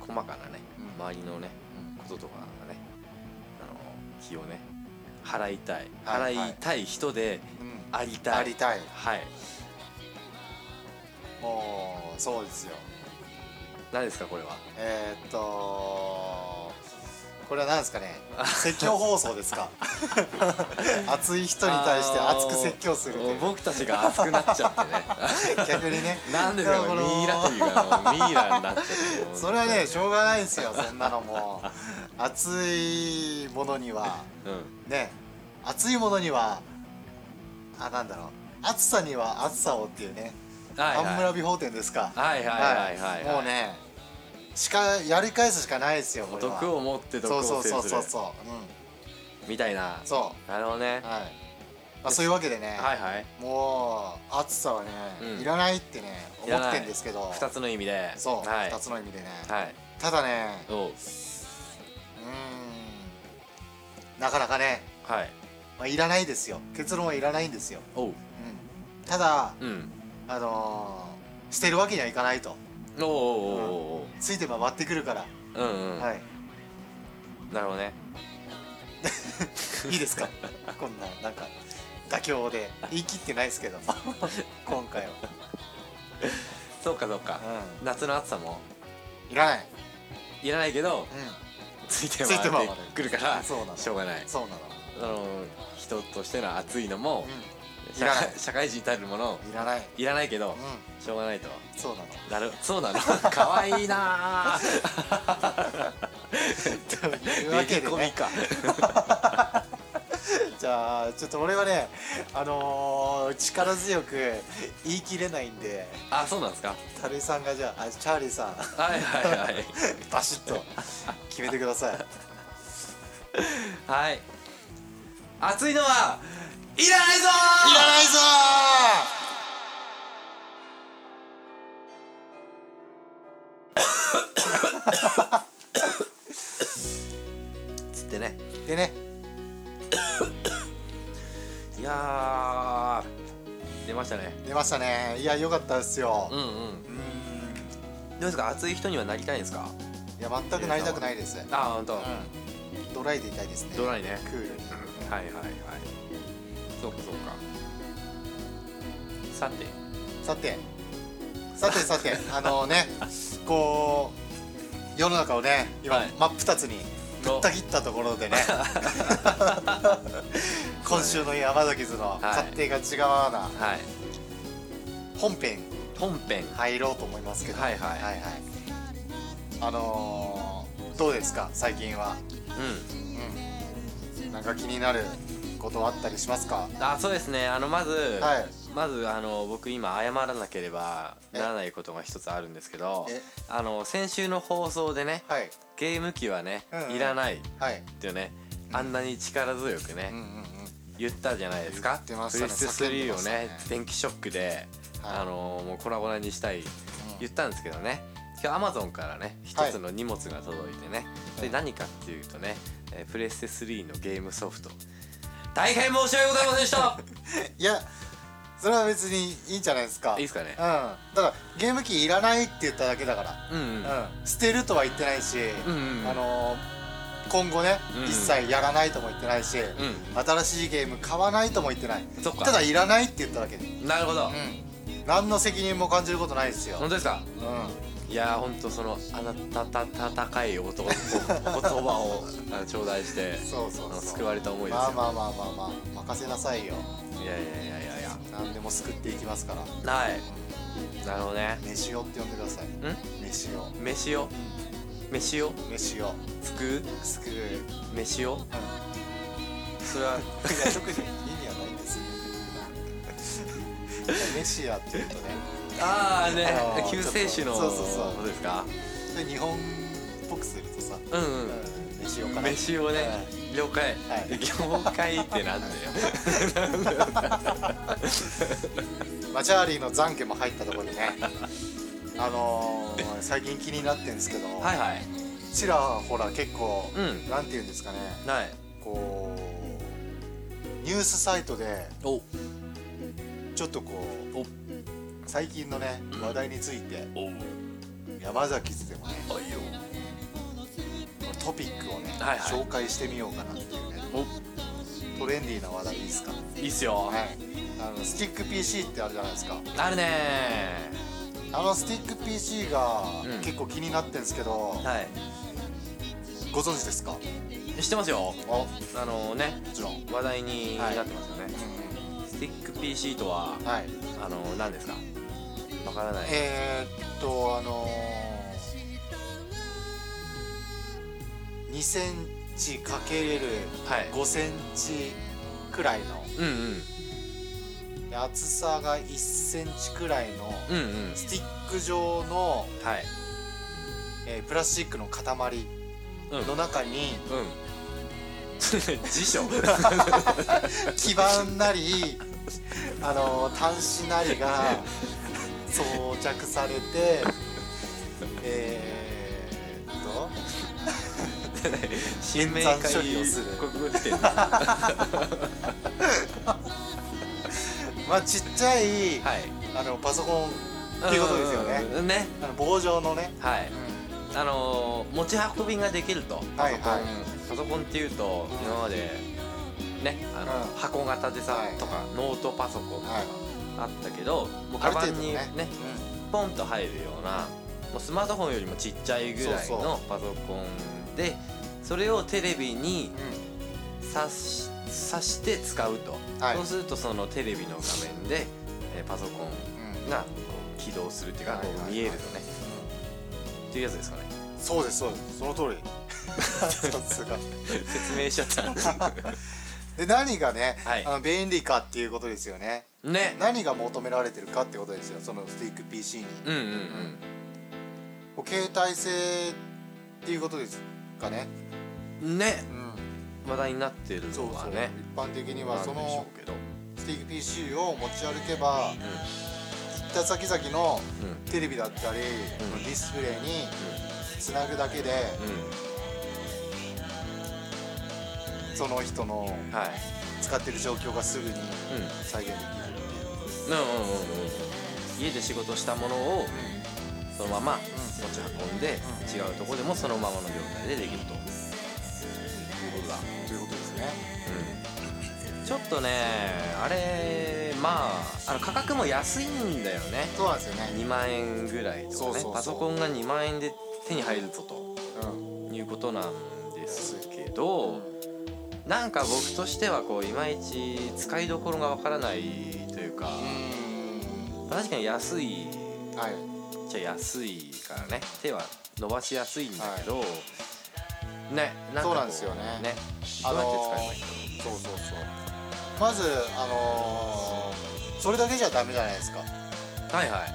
Speaker 3: 細かなね、
Speaker 2: うん
Speaker 3: 周りのね
Speaker 2: うん
Speaker 3: こととかがねあの気をね払いたい
Speaker 2: は
Speaker 3: 払
Speaker 2: いはい
Speaker 3: いたい人で
Speaker 2: うん
Speaker 3: ありたい、
Speaker 2: ありたい
Speaker 3: はい
Speaker 2: もうそうですよ
Speaker 3: 何ですかこれは
Speaker 2: えー、っとこれは何です
Speaker 3: (laughs)
Speaker 2: かね説教放送ですか熱い人に対して熱く説教するという
Speaker 3: 僕たちが熱くなっちゃって
Speaker 2: (laughs)
Speaker 3: ね
Speaker 2: 逆にね
Speaker 3: なんですかね
Speaker 2: だからこの
Speaker 3: ミイラというかあのミイラになっちゃってもう
Speaker 2: それはねしょうがないですよそんなのもう熱いものには
Speaker 3: うん
Speaker 2: ね熱いものにはあなんだろう暑さには暑さをっていうね
Speaker 3: はいはい
Speaker 2: 半村美法典ですか
Speaker 3: はいはいはいはい、はい、
Speaker 2: もうねしかやり返すしかないですよこれは
Speaker 3: 毒を持って毒
Speaker 2: そ
Speaker 3: を
Speaker 2: う
Speaker 3: 制
Speaker 2: そう
Speaker 3: する
Speaker 2: そうそうそうう
Speaker 3: みたいなん
Speaker 2: そ
Speaker 3: なるほどね
Speaker 2: うはい、まあ、そういうわけでね、
Speaker 3: はいはい
Speaker 2: もう暑さはね、
Speaker 3: うん
Speaker 2: いらないってね
Speaker 3: い
Speaker 2: 思
Speaker 3: らない
Speaker 2: ってんですけど
Speaker 3: 二つの意味で
Speaker 2: そう、
Speaker 3: はい
Speaker 2: 2つの意味でね、
Speaker 3: はい
Speaker 2: ただね
Speaker 3: おう
Speaker 2: うーんなかなかね、
Speaker 3: はい
Speaker 2: まあ、いらないですよ結論はいらないんですよ、
Speaker 3: おう
Speaker 2: うん、ただ
Speaker 3: うん
Speaker 2: あのー捨てるわけにはいかないと
Speaker 3: おうおうおうおうおう
Speaker 2: ついて回ってくるから、
Speaker 3: うんうん、
Speaker 2: はい
Speaker 3: なるほどね
Speaker 2: いいで
Speaker 3: (laughs)
Speaker 2: すかこんななんか妥協で言い切ってないで
Speaker 3: (laughs)
Speaker 2: すけど今回は、
Speaker 3: そうかそうか、夏の暑さも
Speaker 2: うん、いらない、
Speaker 3: いらないけど
Speaker 2: う
Speaker 3: ついて
Speaker 2: ついて
Speaker 3: 回
Speaker 2: 回る
Speaker 3: ってくるから
Speaker 2: そうなの
Speaker 3: しょうがない
Speaker 2: ん、そうなの、
Speaker 3: あの人としての暑いのも、
Speaker 2: うい
Speaker 3: 社
Speaker 2: らない
Speaker 3: 会社会人たるもの
Speaker 2: ん、いらない、
Speaker 3: いらないけど、
Speaker 2: う
Speaker 3: しょうがないと
Speaker 2: ん、そうなの
Speaker 3: なるそう (laughs) なのかわいいなー (laughs)
Speaker 2: というわけで
Speaker 3: 込み
Speaker 2: ね
Speaker 3: か
Speaker 2: (laughs) じゃあちょっと俺はねあのー力強く言い切れないんで
Speaker 3: あそうなんですか
Speaker 2: タレさんがじゃああチャーリーさん (laughs)
Speaker 3: はいはい (laughs) はい
Speaker 2: バシッと決めてください
Speaker 3: はい暑いのはいらないぞー
Speaker 2: いらないぞ
Speaker 3: つってね
Speaker 2: ーでね
Speaker 3: いやー出ましたね
Speaker 2: 出ましたねいや良かったですよ
Speaker 3: うんうん
Speaker 2: うー
Speaker 3: ど
Speaker 2: ん
Speaker 3: うですか暑い人にはなりたいんですか
Speaker 2: いや全くなりたくないです、
Speaker 3: あ本当、
Speaker 2: うん、ドライでいたいですね
Speaker 3: ドライね
Speaker 2: クールに
Speaker 3: はいはいはいそうかそうかさて
Speaker 2: さてさてさてあのねこう世の中をね今、
Speaker 3: はい
Speaker 2: 真っ二つにぶった切ったとこ
Speaker 3: (laughs)
Speaker 2: ろでね今週の山崎図の勝手が違うわな
Speaker 3: はい
Speaker 2: 本編
Speaker 3: 本編
Speaker 2: 入ろうと思いますけど
Speaker 3: はいはい
Speaker 2: はいあのーどうですか最近は、
Speaker 3: う
Speaker 2: うん、なんか気になることあったりしますか
Speaker 3: んあそうですねあのまず、
Speaker 2: はい
Speaker 3: まずあの僕今謝らなければならないことが一つあるんですけど
Speaker 2: え
Speaker 3: あの先週の放送でね
Speaker 2: はい
Speaker 3: ゲーム機はね、
Speaker 2: うんうん
Speaker 3: いらないっ
Speaker 2: はい
Speaker 3: ていうねあんなに力強くね、
Speaker 2: うんうんうん
Speaker 3: 言ったじゃないですか
Speaker 2: 言ってましたね
Speaker 3: プレステ3をね
Speaker 2: 叫んでましたね
Speaker 3: 電気ショックで、
Speaker 2: はい
Speaker 3: あのもう粉々にしたい言ったんですけどね今日アマゾンからね一
Speaker 2: はい
Speaker 3: つの荷物が届いてね、それ何かっていうとね、えープレステ3のゲームソフト大変申し訳ございませんでした
Speaker 2: (laughs) いやそれは別にいいんじゃないですか
Speaker 3: いいですかね
Speaker 2: うんだからゲーム機いらないって言っただけだか
Speaker 3: うんうん
Speaker 2: ら、うん、捨てるとは言ってないし、
Speaker 3: うんうんうん
Speaker 2: あのー今後ね、
Speaker 3: うんうん
Speaker 2: 一切やらないとも言ってないし、
Speaker 3: う
Speaker 2: 新しいゲーム買わないとも言ってない
Speaker 3: そっか
Speaker 2: ただいらないって言っただけで、
Speaker 3: なるほど、
Speaker 2: うん、何の責任も感じることないですよ、
Speaker 3: 本当ですか
Speaker 2: うん、
Speaker 3: いやー本当そのあなたたたたか
Speaker 2: (laughs)
Speaker 3: い男お言葉をあの頂戴して
Speaker 2: そうそ
Speaker 3: あ
Speaker 2: うそ
Speaker 3: の
Speaker 2: う
Speaker 3: 救われた思いですよ、
Speaker 2: まあまあまあまあまあ任せなさいよ
Speaker 3: いやいやいやいやいや
Speaker 2: 何でも救っていきますから
Speaker 3: はいなるほどね
Speaker 2: 飯をって呼んでください
Speaker 3: ん
Speaker 2: 飯を
Speaker 3: 飯を飯を
Speaker 2: 飯を
Speaker 3: 救う
Speaker 2: 救う
Speaker 3: 飯をそれはい
Speaker 2: や特に意味はないんですよ (laughs) いやメシアっていうとね
Speaker 3: ああね
Speaker 2: あのー
Speaker 3: 救世主の
Speaker 2: ちょっとそうそうそう
Speaker 3: ことですか
Speaker 2: それ日本っぽくするとさ、
Speaker 3: うんうん
Speaker 2: うん、メシオかな
Speaker 3: 飯をね了解
Speaker 2: はい
Speaker 3: 了解ってなん
Speaker 2: (laughs)
Speaker 3: だよ
Speaker 2: マチャーリーの懺悔も入ったところでね (laughs) あのー、最近気になってんですけど、
Speaker 3: はいはい
Speaker 2: ちらほら結構、
Speaker 3: うん
Speaker 2: なんて言うんですかね
Speaker 3: ない
Speaker 2: こうニュースサイトで
Speaker 3: お
Speaker 2: ちょっとこう
Speaker 3: お
Speaker 2: 最近のね
Speaker 3: うん
Speaker 2: 話題について
Speaker 3: お
Speaker 2: 山崎図でもね
Speaker 3: あいよ
Speaker 2: トピックをね、
Speaker 3: はいはい
Speaker 2: 紹介してみようかなっていうねトレンディーな話題いいですか、はい
Speaker 3: いいっすよ、
Speaker 2: い、あのスティック PC ってあるじゃないですか
Speaker 3: あるね
Speaker 2: あのスティック PC が
Speaker 3: うん
Speaker 2: 結構気になってんですけど、
Speaker 3: ーはい
Speaker 2: ご存知ですか
Speaker 3: 知ってますよ
Speaker 2: あも
Speaker 3: あのね
Speaker 2: ちろん、
Speaker 3: 話題になってますよね、スティック PC とは
Speaker 2: はい
Speaker 3: あの何ですかわからない
Speaker 2: えー、っとあのー、2センチかけれる
Speaker 3: はい
Speaker 2: 5センチくらいの
Speaker 3: うんうん
Speaker 2: で厚さが1センチくらいの
Speaker 3: うんうん
Speaker 2: スティック状の、
Speaker 3: はい
Speaker 2: えープラスチックの塊
Speaker 3: うん
Speaker 2: の中に
Speaker 3: うん (laughs) 辞書
Speaker 2: 基板なりあの端子なりが装着されてえー、っと
Speaker 3: 新明
Speaker 2: 演算処理をする
Speaker 3: 国語辞典
Speaker 2: (laughs) まあちっちゃい、
Speaker 3: はい
Speaker 2: あのパソコンっていうことですよね
Speaker 3: うんうんうんね
Speaker 2: あの棒状のね、
Speaker 3: はいあのー持ち運びができると
Speaker 2: はいはい
Speaker 3: パソコンパソコンっていうと
Speaker 2: うん
Speaker 3: 今までねあの、
Speaker 2: うん
Speaker 3: 箱型でさ、
Speaker 2: はい
Speaker 3: とかノートパソコンとか
Speaker 2: はい
Speaker 3: あったけど、もう
Speaker 2: あ
Speaker 3: カ
Speaker 2: る
Speaker 3: バ
Speaker 2: 程
Speaker 3: ン
Speaker 2: 度
Speaker 3: に
Speaker 2: ね
Speaker 3: ねポンと入るようなもうスマートフォンよりもちっちゃいぐらい
Speaker 2: そう
Speaker 3: のパソコンでそれをテレビに
Speaker 2: う
Speaker 3: 挿し挿して使うと、
Speaker 2: んはい
Speaker 3: そうするとそのテレビの画面で、えーパソコン
Speaker 2: うん
Speaker 3: がこう起動するっていうか、
Speaker 2: はいはい
Speaker 3: こ
Speaker 2: は
Speaker 3: う
Speaker 2: い
Speaker 3: 見えるとねっていうやつ
Speaker 2: (laughs)
Speaker 3: ですかね
Speaker 2: そうですそうですその通りさすが
Speaker 3: 説明しちゃった
Speaker 2: で何がね、
Speaker 3: はい
Speaker 2: あの便利かっていうことですよね
Speaker 3: ね
Speaker 2: 何が求められてるかってことですよそのスティック PC に
Speaker 3: うんうんうん
Speaker 2: こう携帯性っていうことですかね、
Speaker 3: うんね
Speaker 2: うん、
Speaker 3: 話題になってる
Speaker 2: そう
Speaker 3: のは
Speaker 2: そう、
Speaker 3: ね
Speaker 2: 一般的に
Speaker 3: な
Speaker 2: は
Speaker 3: ん
Speaker 2: そ
Speaker 3: でしょ
Speaker 2: の
Speaker 3: うけど
Speaker 2: スティック PC を持ち歩けば行った先々の
Speaker 3: うんうん
Speaker 2: テレビだったり、
Speaker 3: うん
Speaker 2: ディスプレイにつなぐだけで、その人の
Speaker 3: うんはい
Speaker 2: 使ってる状況がすぐに
Speaker 3: うん
Speaker 2: 再現できる
Speaker 3: うんうんうんうん家で仕事したものをそのまま持ち運んで違うところでもそのままの状態でできるということだ
Speaker 2: ということですね
Speaker 3: ちょっとねあれまああの価格も安いんだよね
Speaker 2: そうなんですよね、
Speaker 3: 2万円ぐらいとかね
Speaker 2: そうそうそう
Speaker 3: パソコンが2万円で手に入るぞと
Speaker 2: うん、
Speaker 3: いうことなんですけどなんか僕としてはこういまいち使いどころがわからないというか確かに安い
Speaker 2: はい
Speaker 3: じゃ安いからね手は伸ばしやすいんだけど、ねなんかこ
Speaker 2: そうなんですよね
Speaker 3: どうやって使えばいい
Speaker 2: そうそうそうまずあのーそれだけじゃダメじゃないですか
Speaker 3: のはいはい
Speaker 2: はい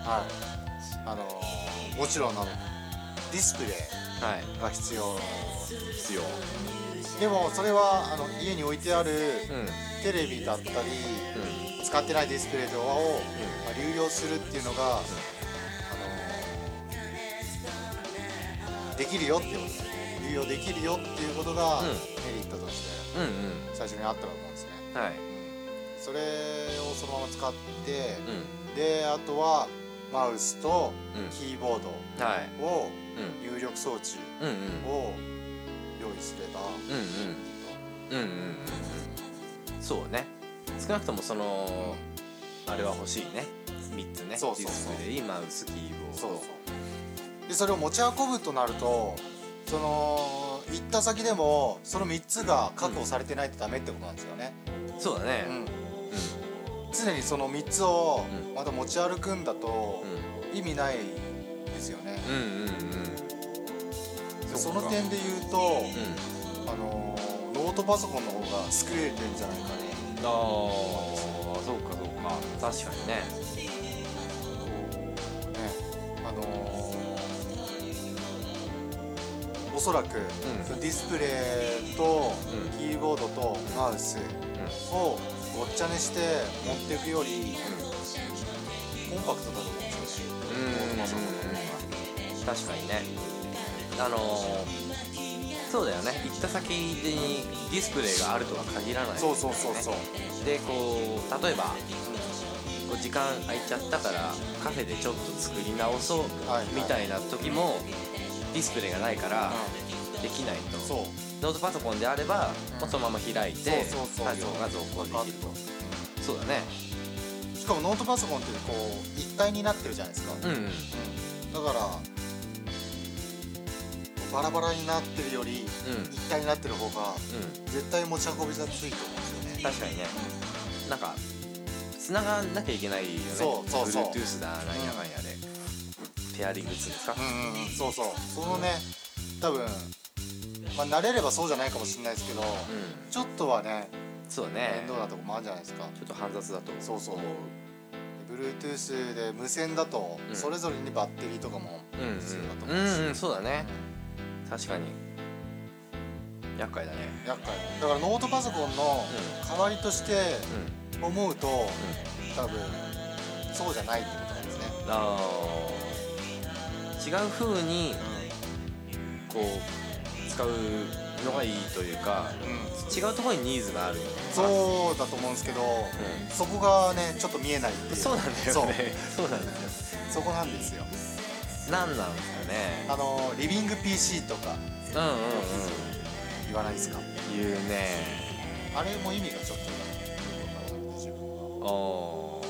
Speaker 2: あのーもちろんあのディスプレイ
Speaker 3: はい
Speaker 2: が必要
Speaker 3: 必要
Speaker 2: でもそれはあの家に置いてある
Speaker 3: うんうん
Speaker 2: テレビだったり使ってないディスプレイとかを、まあ、流用するっていうのが、あのーできるよっていうことですね流用できるよっていうことが
Speaker 3: うん
Speaker 2: メリットとして
Speaker 3: うん
Speaker 2: 最初にあったと思うんですね
Speaker 3: うんはい
Speaker 2: それをそのまま使って
Speaker 3: うん
Speaker 2: であとはマウスと
Speaker 3: うん
Speaker 2: キーボー
Speaker 3: はい
Speaker 2: ドを
Speaker 3: う
Speaker 2: 入力装置
Speaker 3: んうんうん
Speaker 2: を用意すれば
Speaker 3: うんうんうんうんうんうんそうね少なくともそのあれは欲しいね3つね
Speaker 2: そうそう
Speaker 3: ディ
Speaker 2: そう
Speaker 3: スプレイマウスキーボード
Speaker 2: そうそうでそれを持ち運ぶとなるとその行った先でもその3つが確保されてないとダメってことなんですよね、
Speaker 3: そうだね
Speaker 2: うん常にその3つを
Speaker 3: うん
Speaker 2: また持ち歩くんだと
Speaker 3: うん
Speaker 2: 意味ないですよね、
Speaker 3: うんうんうんうん
Speaker 2: その点で言うと、
Speaker 3: うん
Speaker 2: あのーノートパソコンの方が優れてんじゃないかね
Speaker 3: ああそうかそうか確かにね
Speaker 2: こうねあのーおそらく、そのディスプレイと
Speaker 3: うん
Speaker 2: キーボードとマウス
Speaker 3: う
Speaker 2: をごっちゃにして持っていくよりコンパクトだと思うんですよ
Speaker 3: ん
Speaker 2: ノートパソコン
Speaker 3: うん確かにねあのー、そうだよね行った先にディスプレイがあるとは限らない、
Speaker 2: そうそうそうそう
Speaker 3: でこう例えばこう時間空いちゃったからカフェでちょっと作り直そう
Speaker 2: はいはい
Speaker 3: みたいな時もディスプレイがないから、できないと
Speaker 2: そう
Speaker 3: ノートパソコンであれば、
Speaker 2: うん
Speaker 3: もうそのまま開いて
Speaker 2: そうそうそう
Speaker 3: 作業が続行できるとそうだね
Speaker 2: しかもノートパソコンってこう一体になってるじゃないですか、
Speaker 3: うんうん
Speaker 2: うんだからバラバラになってるより一体になってる方が絶対持ち運びがついと思うんですよね
Speaker 3: 確かにねなんか繋がんなきゃいけないよね
Speaker 2: そうそうそう
Speaker 3: Bluetooth だなんやかんやで、ペアリングっつうんですか、
Speaker 2: うんうんうんそうそうそのね多分、まあ、慣れればそうじゃないかもしれないですけど、
Speaker 3: うん
Speaker 2: ちょっとはね
Speaker 3: そうだね
Speaker 2: 面倒なとこもあるんじゃないですか
Speaker 3: ちょっと煩雑だと思う
Speaker 2: そうそう Bluetooth で無線だと
Speaker 3: うん
Speaker 2: それぞれにバッテリーとかも
Speaker 3: うんうん
Speaker 2: 必要だと
Speaker 3: う
Speaker 2: 思うんし、
Speaker 3: うんそうだね確かに厄介だね
Speaker 2: 厄介だからノートパソコンの
Speaker 3: う
Speaker 2: 代わりとして
Speaker 3: うんうん
Speaker 2: 思うと、多分そうじゃないってことなんですね、
Speaker 3: あー違う風にこう使うのがいいというか
Speaker 2: うん、
Speaker 3: 違うところにニーズがある
Speaker 2: そうだと思うんですけ
Speaker 3: ん
Speaker 2: ど、そこがねちょっと見えないってい
Speaker 3: (laughs)
Speaker 2: う
Speaker 3: そうなんだよねそうなんだよ
Speaker 2: そうそこなんですよ
Speaker 3: 何なんですかね
Speaker 2: あのリビング PC とか
Speaker 3: うんうん
Speaker 2: 言わないですか
Speaker 3: うん言うね
Speaker 2: あれも意味がちょっとよくわからなくて自分は
Speaker 3: お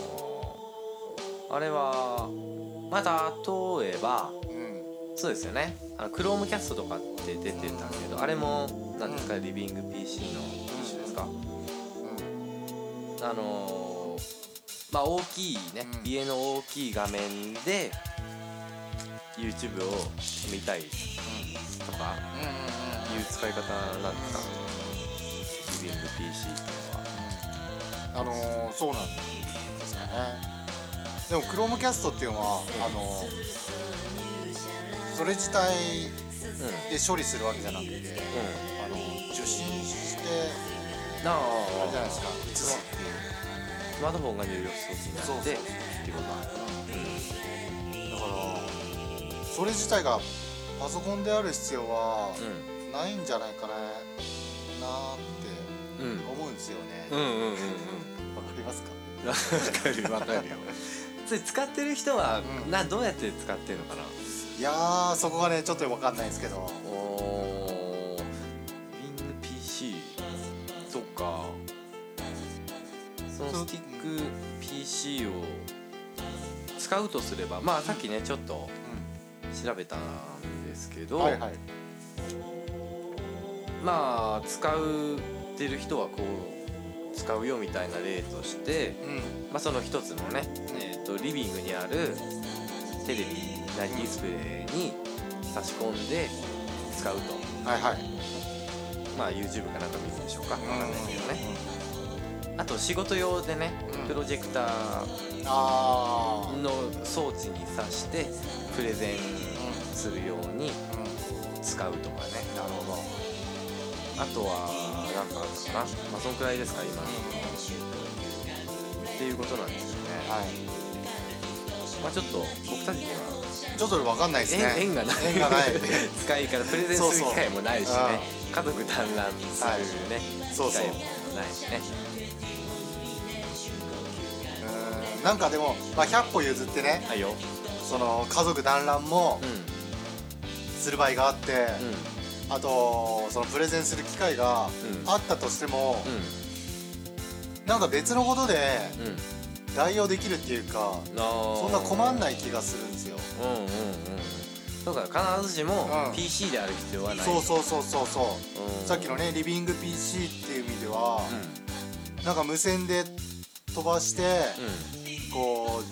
Speaker 3: ーあれはまあ例えば
Speaker 2: うん
Speaker 3: そうですよねあの Chromecast とかって出てたけどあれも何ですかリビング PC の一種ですか
Speaker 2: うん
Speaker 3: あのーまあ大きいね、
Speaker 2: うん
Speaker 3: 家の大きい画面で YouTube を見たいとかいう使い方なんですかリビング PC とか
Speaker 2: あのーそうなんですよねでも Chromecast っていうのはあのーそれ自体
Speaker 3: うんうん
Speaker 2: で処理するわけじゃなくてあのー受信して
Speaker 3: なあ
Speaker 2: あれじゃないですか映すっていう
Speaker 3: スマートフォンが入力装置になって
Speaker 2: そうそうそう
Speaker 3: っていうことなんだ
Speaker 2: だからそれ自体がパソコンである必要はないんじゃないかななーって
Speaker 3: うん
Speaker 2: 思うんですよね
Speaker 3: うんう
Speaker 2: わ、
Speaker 3: んうんうんうん
Speaker 2: かります
Speaker 3: わ
Speaker 2: か
Speaker 3: かるわかるよ (laughs) それ使ってる人は、
Speaker 2: うん
Speaker 3: などうやって使ってるのかない
Speaker 2: やーそこがねちょっとわかんないんですけど
Speaker 3: おーリング PC とかその
Speaker 2: そう
Speaker 3: スティック PC を使うとすればまあさっきねちょっと調べたんですけど、
Speaker 2: はいはい
Speaker 3: まあ使うってる人はこう使うよみたいな例として、
Speaker 2: うん
Speaker 3: まあ、その一つのね、えー、とリビングにあるテレビなりディスプレイに差し込んで使うと。
Speaker 2: はいはい
Speaker 3: まあ YouTube かなんか見るんでしょうかわかんないけどね
Speaker 2: う
Speaker 3: あと仕事用でね
Speaker 2: うん
Speaker 3: プロジェクター
Speaker 2: んあーうん
Speaker 3: の装置に挿してプレゼンするように使うとかね
Speaker 2: なるほど
Speaker 3: あとはなんかあるのかなまあそんくらいですか今っていうことなんですよね
Speaker 2: はい
Speaker 3: まあちょっと僕たちには
Speaker 2: ちょっとわかんないです
Speaker 3: 縁,、が
Speaker 2: ね
Speaker 3: ない
Speaker 2: 縁がない
Speaker 3: (laughs) 使いからプレゼン
Speaker 2: そう
Speaker 3: する
Speaker 2: そう
Speaker 3: 機会もないしね家族団らんするね、
Speaker 2: そう
Speaker 3: 機
Speaker 2: そう
Speaker 3: 会もないしね
Speaker 2: うんなんかでも、まあ、100歩譲ってね
Speaker 3: はいよ
Speaker 2: その家族団らんも
Speaker 3: う
Speaker 2: する場合があって、
Speaker 3: んうん
Speaker 2: あとそのプレゼンする機会が
Speaker 3: うん
Speaker 2: あったとしても、
Speaker 3: う
Speaker 2: なんか別のことで
Speaker 3: んうん
Speaker 2: 代用できるっていうか、そ
Speaker 3: そ
Speaker 2: んな困ん
Speaker 3: い
Speaker 2: ない気がするんですよ、
Speaker 3: うんうんうんそうか必ずしも
Speaker 2: うん
Speaker 3: PC である必要はない、
Speaker 2: そうそうそうそうそう
Speaker 3: うん
Speaker 2: さっきのねリビング PC っていう意味では
Speaker 3: うん、
Speaker 2: なんか無線で飛ばして、
Speaker 3: う
Speaker 2: こ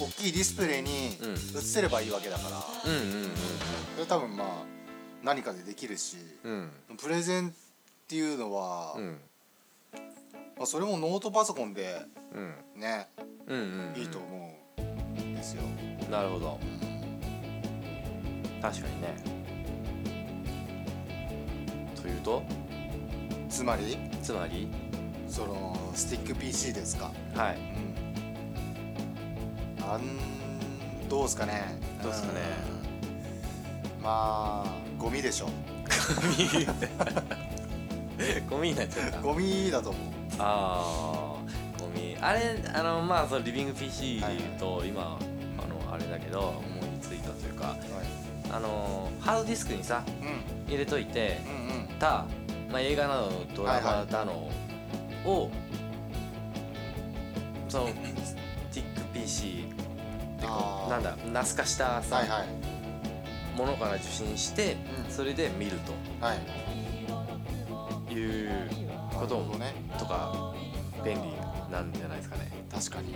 Speaker 2: う大きいディスプレイに
Speaker 3: うん
Speaker 2: 映せればいいわけだから、
Speaker 3: んうんうん
Speaker 2: それ多分まあ何かでできるし、
Speaker 3: うん
Speaker 2: プレゼンっていうのは、
Speaker 3: うんうん
Speaker 2: まあ、それもノートパソコンで
Speaker 3: うん
Speaker 2: ね
Speaker 3: うんうんうん
Speaker 2: いいと思うんですよ、
Speaker 3: なるほど確かにねというと
Speaker 2: つまり
Speaker 3: つまり
Speaker 2: そのスティック PC ですか、
Speaker 3: は
Speaker 2: う
Speaker 3: い (laughs)
Speaker 2: ん、あんどうですかね
Speaker 3: どうっすかね
Speaker 2: うんまあゴミでしょ
Speaker 3: ゴミになっちゃった
Speaker 2: ゴミだと思う
Speaker 3: あーゴミあれあのまあそのリビング PC で言うと、今あのあれだけどもうツイートというか
Speaker 2: はい
Speaker 3: あのーハードディスクにさ
Speaker 2: うん
Speaker 3: 入れといて
Speaker 2: うんうん
Speaker 3: た、まあ、映画などのドラマだのを、そのティック PC でこ
Speaker 2: あー
Speaker 3: うなんだナス化したさ、
Speaker 2: はいはい
Speaker 3: ものから受信して、
Speaker 2: うん
Speaker 3: それで見る
Speaker 2: はい
Speaker 3: ということ
Speaker 2: なるほどね
Speaker 3: とか便利なんじゃないですかね
Speaker 2: 確かに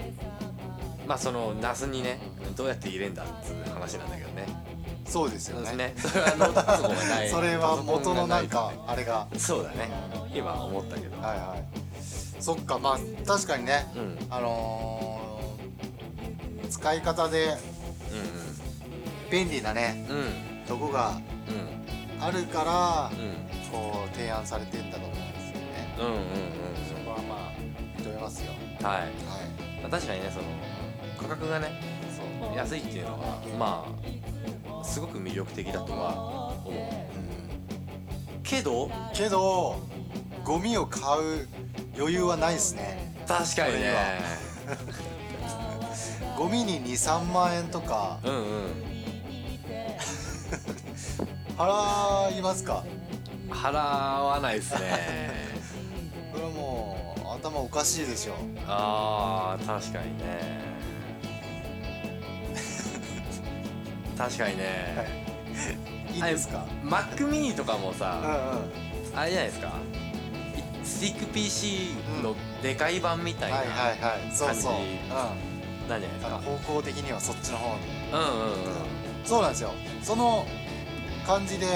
Speaker 3: まあそのナスにねどうやって入れんだっていう話なんだけどね
Speaker 2: そうで
Speaker 3: そ
Speaker 2: すよ
Speaker 3: うです
Speaker 2: ね
Speaker 3: ねそれはノートパソコンがない
Speaker 2: それは元のなんかあれが
Speaker 3: そうだね今思ったけど、
Speaker 2: はいはいそっかまあ確かにね
Speaker 3: うんうんうん
Speaker 2: あのー使い方で便利なね
Speaker 3: うんうん
Speaker 2: とこがあるからこう提案されてんだと思うんですよね
Speaker 3: うんうんうん
Speaker 2: そこはまあ認めますよ
Speaker 3: うんはい
Speaker 2: はい
Speaker 3: まあ確かにねその価格がね
Speaker 2: そう
Speaker 3: 安いっていうのはまあすごく魅力的だとは思う
Speaker 2: うん
Speaker 3: けど
Speaker 2: けどゴミを買う余裕はないですね
Speaker 3: 確かにね
Speaker 2: ゴミに23万円とか
Speaker 3: うんうん
Speaker 2: 払いますか
Speaker 3: 払わないですね
Speaker 2: これはもう頭おかしいでしょ
Speaker 3: あー確かに
Speaker 2: (laughs)
Speaker 3: ね確かにね、
Speaker 2: いいですか
Speaker 3: マックミニとかも
Speaker 2: うん
Speaker 3: さ、
Speaker 2: うん
Speaker 3: あれじゃないですかいスティック PC のでかい版みた
Speaker 2: はいい
Speaker 3: な、
Speaker 2: はいはいそうそう、う
Speaker 3: 感じ
Speaker 2: ん、
Speaker 3: なんじゃないです
Speaker 2: だから
Speaker 3: か
Speaker 2: 方向的にはそっちの方に
Speaker 3: うんうんうんうん
Speaker 2: そうなんですよその感じで、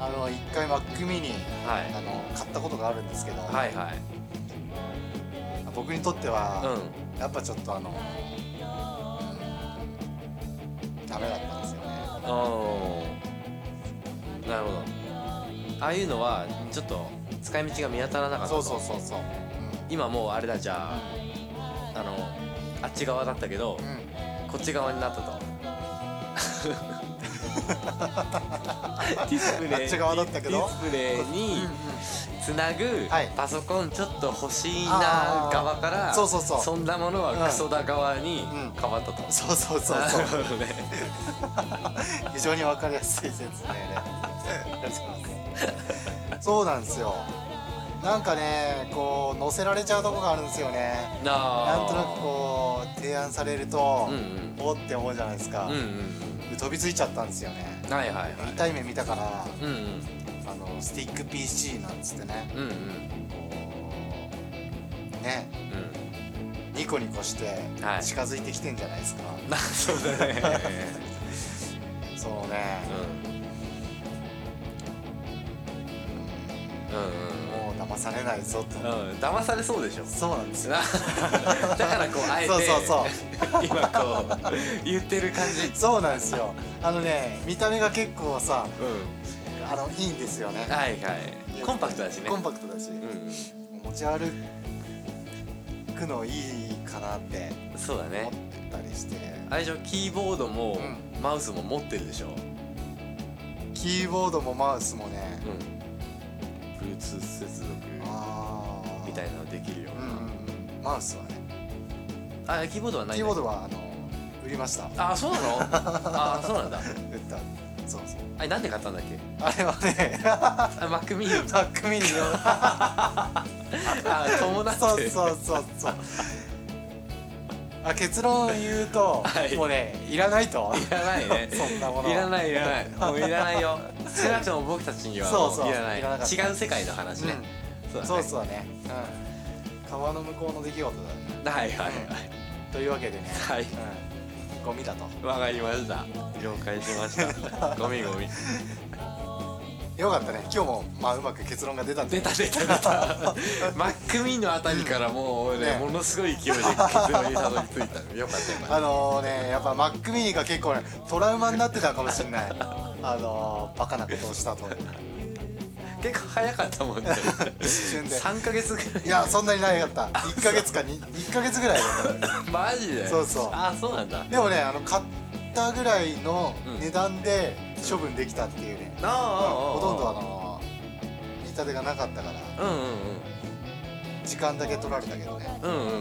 Speaker 2: あの一回 Mac mini
Speaker 3: はい
Speaker 2: あの買ったことがあるんですけど、
Speaker 3: はいはい
Speaker 2: 僕にとって
Speaker 3: う
Speaker 2: は、
Speaker 3: ん
Speaker 2: やっぱちょっとあの、うんダメだったんですよね
Speaker 3: おーなるほどああいうのはちょっと使い道が見当たらなかった
Speaker 2: そ
Speaker 3: と
Speaker 2: うそうそうそうう
Speaker 3: 今もうあれだじゃああのあっち側だったけど、
Speaker 2: ん、うん、
Speaker 3: こっち側になった
Speaker 2: (laughs)
Speaker 3: とディスプレイ
Speaker 2: あっち側だったけ
Speaker 3: デ
Speaker 2: ど
Speaker 3: ィスプレイにつなぐ
Speaker 2: はい
Speaker 3: パソコンちょっと欲しい
Speaker 2: あ
Speaker 3: な
Speaker 2: ー
Speaker 3: 側から
Speaker 2: そうそうそうん
Speaker 3: なものはクソだ側に
Speaker 2: うん
Speaker 3: 変わったと、
Speaker 2: そうそうそうそう
Speaker 3: (laughs) なるほどね
Speaker 2: 非常にわかりやすい説明で (laughs) そうなんですよなんかねこう載せられちゃうとこがあるんですよね
Speaker 3: な
Speaker 2: な
Speaker 3: あ
Speaker 2: んとなくこう提案されると、
Speaker 3: うんうん
Speaker 2: おって思うじゃないですか、
Speaker 3: うんうん
Speaker 2: 飛びついちゃったんですよね
Speaker 3: うんはいはいはい
Speaker 2: 痛い目見たから
Speaker 3: うんうん
Speaker 2: あのスティック PC なんつってね
Speaker 3: うんうん
Speaker 2: こうねニコニコして
Speaker 3: はい
Speaker 2: 近づいてきてんじゃないですか、
Speaker 3: うんなそうだね
Speaker 2: そう
Speaker 3: うん
Speaker 2: ね、
Speaker 3: うん
Speaker 2: もう騙されないぞと、
Speaker 3: うんうんうん騙されそう
Speaker 2: (laughs)
Speaker 3: でしょ
Speaker 2: そうなんですよ
Speaker 3: なだからこうあえて
Speaker 2: そうそうそ
Speaker 3: (laughs)
Speaker 2: う
Speaker 3: 今こう言ってる感じ
Speaker 2: (laughs) そうなんですよあのね見た目が結構さ
Speaker 3: う
Speaker 2: あのいいんですよね
Speaker 3: んはいはいコンパクトだしね
Speaker 2: コンパクトだし、
Speaker 3: う
Speaker 2: 持ち歩くのいいかなって
Speaker 3: んそうだ
Speaker 2: 思
Speaker 3: ね
Speaker 2: ったりして、
Speaker 3: あれでしょキーボードも
Speaker 2: う
Speaker 3: マウスも持ってるでしょ
Speaker 2: キーボードもマウスもね、
Speaker 3: うん Bluetooth 接続
Speaker 2: ああ
Speaker 3: みたいなのできるよ
Speaker 2: うんうんうんマウスはね
Speaker 3: あキーボードはない
Speaker 2: キーボードはあの売りました売っ
Speaker 3: あそうなの
Speaker 2: (laughs)
Speaker 3: あそうなんだ
Speaker 2: たそうそう
Speaker 3: あれなんで買ったんだっ
Speaker 2: (laughs)
Speaker 3: け
Speaker 2: あれはね (laughs)
Speaker 3: あ Mac mini
Speaker 2: バックミニ
Speaker 3: (laughs)
Speaker 2: の
Speaker 3: あ友達
Speaker 2: そうそうそうそうあ結論言うと、
Speaker 3: (laughs) はい
Speaker 2: もうねいらないと
Speaker 3: いらないね
Speaker 2: そんなものはい
Speaker 3: らないいらないもういらないよ少なくとも僕たちにはも
Speaker 2: そうそう
Speaker 3: いらない
Speaker 2: いらなかった
Speaker 3: 違う世界の話ね、そうだね
Speaker 2: そうそうね、うん、川の向こうの出来事だね
Speaker 3: はいはい
Speaker 2: というわけでね、
Speaker 3: はい
Speaker 2: うん、ゴミだと
Speaker 3: わかりました了解しま (laughs) したゴミゴミ
Speaker 2: よかったね今日もまあうまく結論が出たん
Speaker 3: 出
Speaker 2: で
Speaker 3: た出た出たマックミンのあたりからもう俺、
Speaker 2: ね
Speaker 3: ものすごい勢いで結論にたどり着いたのよかったよかっ
Speaker 2: あのねやっぱマックミニが結構ねトラウマになってたかもしれ (laughs) ないあのー、バカなことをしたと
Speaker 3: た結構早かったもんね
Speaker 2: 一瞬 (laughs) で
Speaker 3: 3ヶ月ぐらい
Speaker 2: いやそんなにないかった1ヶ月かに1ヶ月ぐらいだった
Speaker 3: マジで
Speaker 2: そうそう
Speaker 3: あそうなんだ
Speaker 2: でもねあの買ったぐらいの値段で処分できたっていうね、
Speaker 3: ああああ
Speaker 2: ほとんどあのー、痛手がなかったから
Speaker 3: うんうん
Speaker 2: 時間だけ取られたけどね
Speaker 3: うんうんうんうん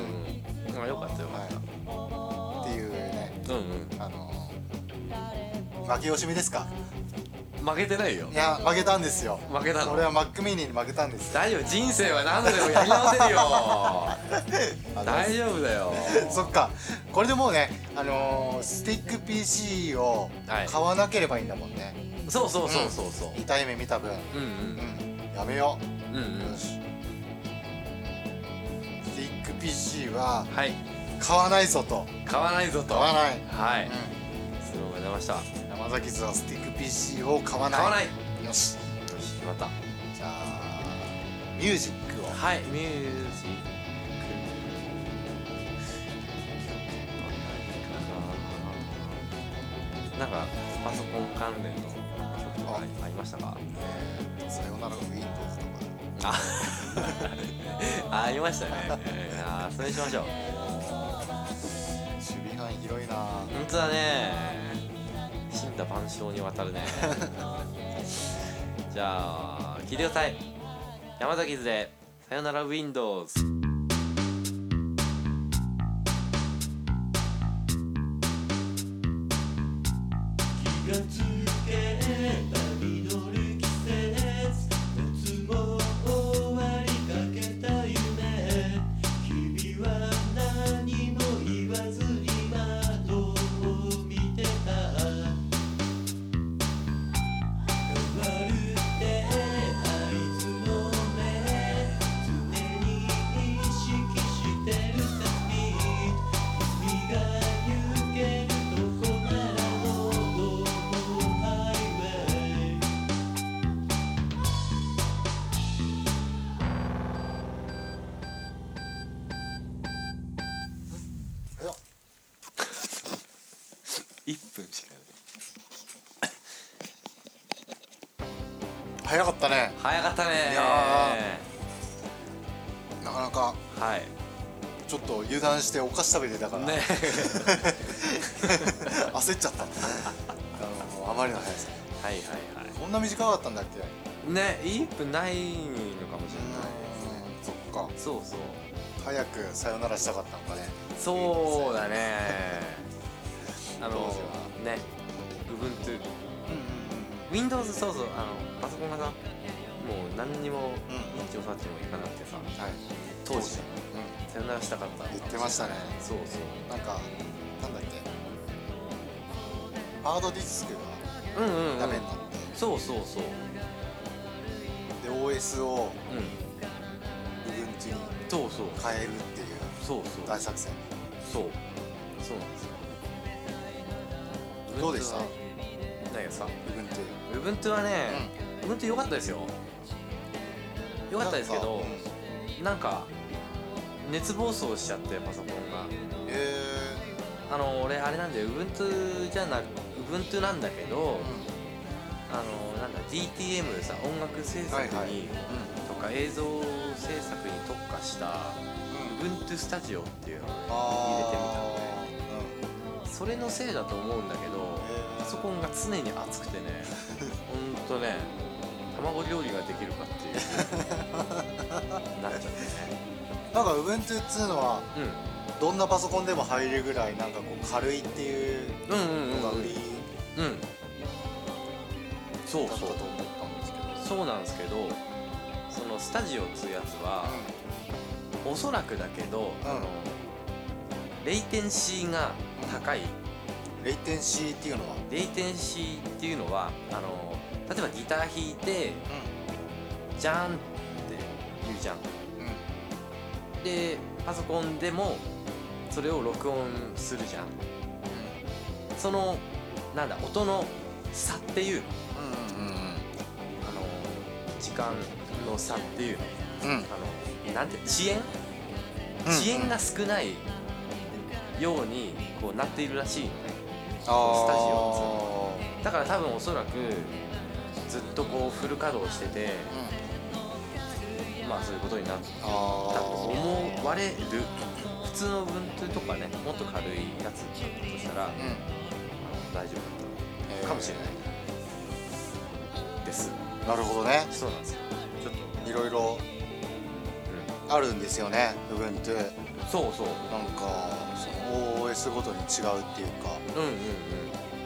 Speaker 3: まあよかったよかった、
Speaker 2: はい、っていうね、
Speaker 3: うんうん
Speaker 2: あのー負け惜しみですか
Speaker 3: 負けてないよ
Speaker 2: いや負けたんですよ
Speaker 3: 負けたの
Speaker 2: 俺はマックミニに負けたんですよ
Speaker 3: 大丈夫人生は何度でもやり直せる
Speaker 2: (laughs)
Speaker 3: よ
Speaker 2: あの
Speaker 3: 大丈夫だ
Speaker 2: (laughs)
Speaker 3: よ
Speaker 2: そっかこれでもうねあのースティック PC を
Speaker 3: はい
Speaker 2: 買わなければいいんだもんね、
Speaker 3: そうそうそうそうそう
Speaker 2: 痛い目見た分
Speaker 3: うん
Speaker 2: うんやめよ
Speaker 3: うんうん
Speaker 2: う、
Speaker 3: う
Speaker 2: よ
Speaker 3: ん
Speaker 2: しスティック PC は
Speaker 3: はい
Speaker 2: 買わないぞと
Speaker 3: 買わないぞと
Speaker 2: 買わ
Speaker 3: は
Speaker 2: ない、
Speaker 3: いスローが出ました
Speaker 2: 山崎さんはスティック PC を買わない
Speaker 3: 買わないよ
Speaker 2: よし
Speaker 3: し決まった
Speaker 2: じゃあミュージックを
Speaker 3: はいミュージックなんかパソコン関連の曲とかありましたか
Speaker 2: えーとさよなら Windows とか
Speaker 3: あ (laughs) ありましたねあーそれにしましょう
Speaker 2: 守備範囲広いな
Speaker 3: 本当だね死んだ万象にわたるね (laughs) じゃあ聞いてください山崎図でさよなら Windows
Speaker 4: 気がつけた緑季節夏も終わりかけた夢君は何も言わずに窓を見てた変わるってあいつの目常に意識してるたび「君が行けるとこならもうどこハイウェイ」
Speaker 2: よっ
Speaker 3: 1分しかない
Speaker 2: 早かったね
Speaker 3: 早かったね
Speaker 2: いやなかなか
Speaker 3: はい
Speaker 2: ちょっと油断してお菓子食べてたから、
Speaker 3: ね
Speaker 2: 焦っち
Speaker 3: (laughs)
Speaker 2: ゃったあのあまりの速さ
Speaker 3: はいはいは
Speaker 2: こんな短かったんだっけ
Speaker 3: いね1分ないのかもしれない、
Speaker 2: そっか
Speaker 3: そうそう
Speaker 2: 早くさよならしたかったのかね
Speaker 3: そうだねあ
Speaker 2: 当
Speaker 3: の
Speaker 2: 時
Speaker 3: ね Ubuntu
Speaker 2: うん
Speaker 3: Windows そうそうあのパソコンがさもう何にも
Speaker 2: うんうん
Speaker 3: 認知もさっちもいかなくてさ
Speaker 2: はい
Speaker 3: 当時さよならしたかった
Speaker 2: うん言ってましたね
Speaker 3: そうそ
Speaker 2: なんかなんだっけハードディスク
Speaker 3: ううんうん、う
Speaker 2: が
Speaker 3: ん、
Speaker 2: ダメになっ
Speaker 3: そうそうそう
Speaker 2: て、で OS を
Speaker 3: うん
Speaker 2: 部分中に
Speaker 3: そうそう
Speaker 2: 変えるっていう
Speaker 3: そうそう
Speaker 2: 大作戦
Speaker 3: そうそうなんですよ
Speaker 2: どうでし
Speaker 3: Ubuntu
Speaker 2: た
Speaker 3: は何がさ
Speaker 2: 部分中
Speaker 3: Ubuntu はね、Ubuntu 良かったですよ良かったですけどなんか熱暴走しちゃってパソコンが
Speaker 2: ええ
Speaker 3: あの俺あれなんだよ Ubuntu じゃなく Ubuntu なんだけど、あのなんだ DTM でさ音楽制作に、
Speaker 2: はいはい
Speaker 3: とか映像制作に特化した
Speaker 2: うん
Speaker 3: Ubuntu Studio っていうのをね入れて
Speaker 2: あー
Speaker 3: みたのでそれのせいだと思うんだけど
Speaker 2: うん
Speaker 3: パソコンが常に熱くてね
Speaker 2: (laughs)
Speaker 3: ほんとね卵料理ができるかっていう
Speaker 2: (laughs)
Speaker 3: なっちゃってね
Speaker 2: なんか Ubuntu っつうのは
Speaker 3: うん
Speaker 2: どんなパソコンでも入るぐらいなんかこう軽いっていう
Speaker 3: うんうんうん
Speaker 2: のが売り
Speaker 3: うんそうそ
Speaker 2: だったと
Speaker 3: う
Speaker 2: 思ったんですけど
Speaker 3: そうなんですけどそのスタジオっつうやつは、おそらくだけど、
Speaker 2: うん
Speaker 3: あのレイテンシーが高い、
Speaker 2: レイテンシーっていうのは
Speaker 3: レイテンシーっていうのはあの例えばギター弾いてジャーンって言うじゃん
Speaker 2: うん
Speaker 3: でパソコンでもそれを録音するじゃんそのなんだ音の差っていうの
Speaker 2: うん
Speaker 3: あの時間の差っていうの
Speaker 2: うんうん
Speaker 3: あのなんて遅延遅延が少ないようにこうなっているらしいのねスタ
Speaker 2: スタジ
Speaker 3: ジ
Speaker 2: オ
Speaker 3: オだから多分おそらくずっとこうフル稼働しててまあそういうことになった
Speaker 2: あ
Speaker 3: と
Speaker 2: ー
Speaker 3: 思われる普通の Ubuntu とかねもっと軽いやつだったとしたらあの
Speaker 2: うん
Speaker 3: 大丈夫だっ
Speaker 2: え
Speaker 3: た
Speaker 2: ー
Speaker 3: かもしれないです
Speaker 2: なるほどね
Speaker 3: そうなんですよちょっと
Speaker 2: いろいろあるんですよね Ubuntu
Speaker 3: うんそうそう
Speaker 2: なんかその OS ごとに違うっていうか
Speaker 3: うんうんうん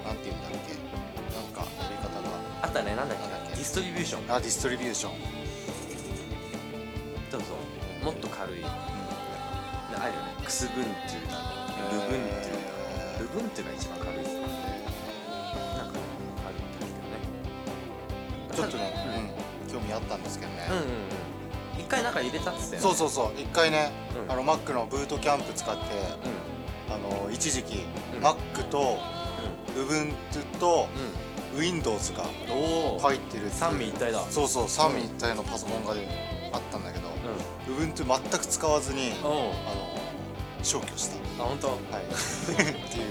Speaker 2: なんなんていうんだっけなんかやり方が
Speaker 3: あったねなんだっ
Speaker 2: なんだっ
Speaker 3: け
Speaker 2: け
Speaker 3: ディストリビューション
Speaker 2: あディストリビューション
Speaker 3: そうそうもっと軽い、あるよねくすぶんっていうだ部分っていうだ部分っていうのが一番軽いっすねなんかねあるんですけどね
Speaker 2: ちょっとね、
Speaker 3: うん
Speaker 2: うん、興味あったんですけどね、
Speaker 3: うんうんうん一回なんか入れたっつって
Speaker 2: そうそうそう一回ね、
Speaker 3: うん
Speaker 2: あの Mac のブートキャンプ使って
Speaker 3: うんうん
Speaker 2: あの一時期、
Speaker 3: うん
Speaker 2: Mac と Ubuntu と Windows が
Speaker 3: うんおお
Speaker 2: 入ってる
Speaker 3: 三位一体だ
Speaker 2: そうそう三位一体のパソコンがであったんだけど、Ubuntu 全く使わずに
Speaker 3: うんおう
Speaker 2: あの消去し
Speaker 3: あ本当
Speaker 2: たはいっていう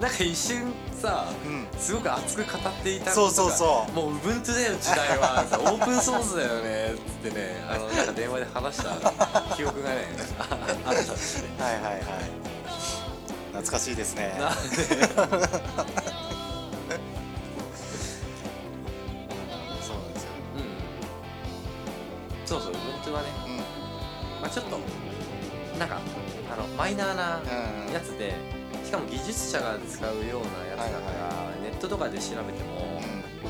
Speaker 3: なんか一瞬さ
Speaker 2: うん
Speaker 3: すごく熱く語っていた
Speaker 2: そうそうそう
Speaker 3: もう Ubuntu だよ時代は (laughs) さオープンソースだよねっつってねあのなんか電話で話 (laughs) した記憶がねああったんですね
Speaker 2: はいはいはい懐かしいですね
Speaker 3: な
Speaker 2: そうなんですよ
Speaker 3: うんそうそう Ubuntu はね、
Speaker 2: うん
Speaker 3: まあ、ちょっとなんかあのマイナーな
Speaker 2: うん
Speaker 3: やつでしかも技術者が使うようなやつだから、ネットとかで調べても、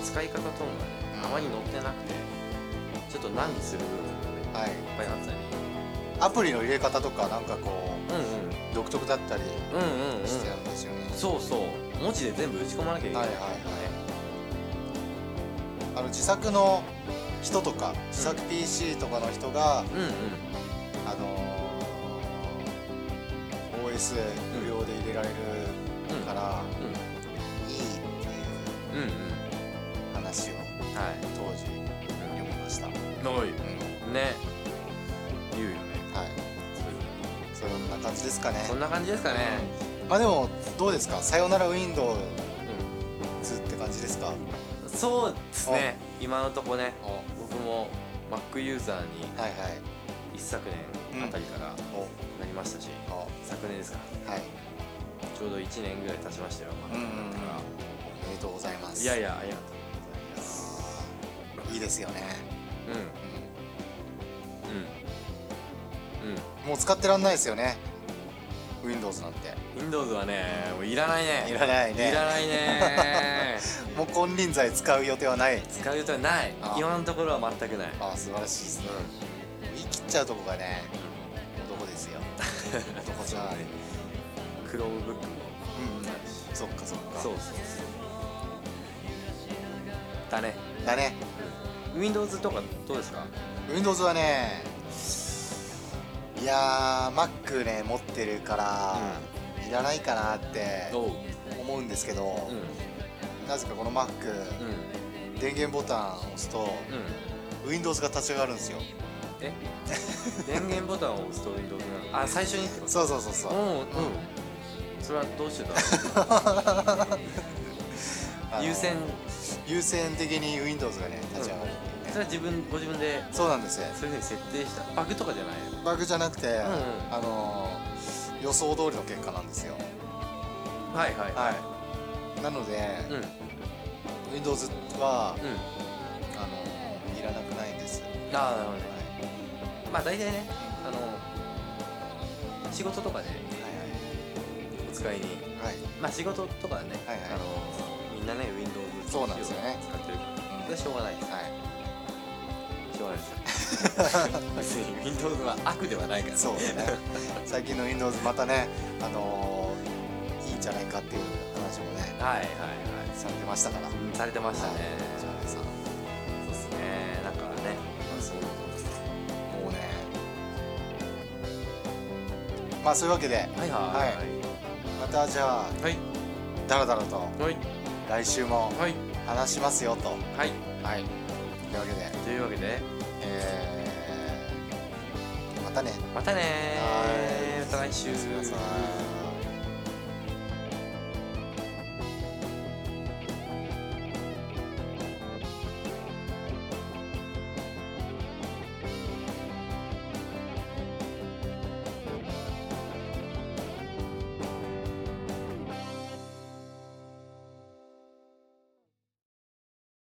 Speaker 3: 使い方ともね
Speaker 2: うん
Speaker 3: あまり載ってなくてちょっと難儀する部分
Speaker 2: うん
Speaker 3: がね
Speaker 2: はい
Speaker 3: いっぱいあったり
Speaker 2: アプリの入れ方とかなんかこ
Speaker 3: うん
Speaker 2: う独特だったり
Speaker 3: うんうんうんうん
Speaker 2: してるんですよね、
Speaker 3: そうそう文字で全部打ち込まなきゃいけないからね、
Speaker 2: はいはいあの自作の人とか自作 PC とかの人が、
Speaker 3: うんうん
Speaker 2: あのー OS 無料で入れられるから、いいっていう
Speaker 3: うんうんうん
Speaker 2: 話を
Speaker 3: はい
Speaker 2: 当時読みました、うん
Speaker 3: おいね言うよね
Speaker 2: はい
Speaker 3: そういうの
Speaker 2: そんな感じですかね
Speaker 3: そんな感じですかね
Speaker 2: まあでもどうですかさよなら Windows
Speaker 3: う
Speaker 2: って感じですか
Speaker 3: んそうですね今のとこね僕も Mac ユーザーに
Speaker 2: はいはい
Speaker 3: 一昨年あたりから
Speaker 2: お
Speaker 3: なりましたし、
Speaker 2: お
Speaker 3: 昨年ですか
Speaker 2: はい
Speaker 3: ちょうど1年ぐらい経ちましたよ、
Speaker 2: うんうんうん
Speaker 3: だから
Speaker 2: おめでとうございます
Speaker 3: いやいやありがとうございます
Speaker 2: あーいいですよね、
Speaker 3: うん
Speaker 2: う
Speaker 3: うんうん
Speaker 2: ん、もう使ってらんないですよね Windows なんて
Speaker 3: Windows はねもういらないね
Speaker 2: いらないね
Speaker 3: いらない
Speaker 2: (laughs)
Speaker 3: ね
Speaker 2: もう金輪際使う予定はない
Speaker 3: 使う予定はない
Speaker 2: あ
Speaker 3: 今のところは全くない
Speaker 2: ああ素晴らしいですね、言い切っちゃうとこがね男です
Speaker 3: (laughs)
Speaker 2: よ男じゃない、
Speaker 3: Chromebook も
Speaker 2: うん、そっかそっ
Speaker 3: そうそ
Speaker 2: か
Speaker 3: うそうだね
Speaker 2: だね
Speaker 3: Windows とかどうですか
Speaker 2: Windows はねいやー Mac ね持ってるから、いらないかなって
Speaker 3: おう
Speaker 2: 思うんですけど、
Speaker 3: うん
Speaker 2: なぜかこの Mac、
Speaker 3: うん
Speaker 2: 電源ボタンを押すと、
Speaker 3: うん
Speaker 2: Windows が立ち上がるんですよ
Speaker 3: (laughs) え電源ボタンを押すと Windows なのあ最初にってこと
Speaker 2: そうそうそうそう、 (laughs)
Speaker 3: うんうんそれはどうして
Speaker 2: あ
Speaker 3: た
Speaker 2: の
Speaker 3: 優先
Speaker 2: 優先的に Windows がね立ち上がる、
Speaker 3: それは自分ご自分で
Speaker 2: そうなんですよ
Speaker 3: そういうふうに設定したバグとかじゃない
Speaker 2: バグじゃなくて、
Speaker 3: ん
Speaker 2: あのー予想通りの結果なんですよ
Speaker 3: はいはい
Speaker 2: はいなので、
Speaker 3: うんうん
Speaker 2: Windows は、あのーいらなくないんです、
Speaker 3: ああなるほど
Speaker 2: はい
Speaker 3: ねまあ大体ねあの仕事とかでお使いに
Speaker 2: はいはいはい
Speaker 3: まあ仕事とかでね、
Speaker 2: はいはい
Speaker 3: あのみんなね Windows
Speaker 2: そうなんですよね
Speaker 3: 使ってるからそれはしょうがないです
Speaker 2: はい
Speaker 3: しょうがないです (laughs) よ別に Windows は悪ではないから (laughs)
Speaker 2: そうね最近の Windows またね、あのーいいんじゃないかっていう話もね
Speaker 3: はいはいはい
Speaker 2: されてましたから
Speaker 3: うんされてましたね
Speaker 2: はいジャニーさ
Speaker 3: そ
Speaker 2: ん
Speaker 3: うですねなんかねそういうことです
Speaker 2: もうねまあそういうわけで
Speaker 3: はいは
Speaker 2: またじゃあ
Speaker 3: いはい
Speaker 2: ダラダラと
Speaker 3: はい
Speaker 2: 来週も
Speaker 3: はい
Speaker 2: 話しますよと
Speaker 3: はい
Speaker 2: はいというわけで、
Speaker 3: というわけで
Speaker 2: えーまたね
Speaker 3: またね
Speaker 2: は
Speaker 3: ーまた来
Speaker 2: お
Speaker 3: 週
Speaker 2: やすみなさい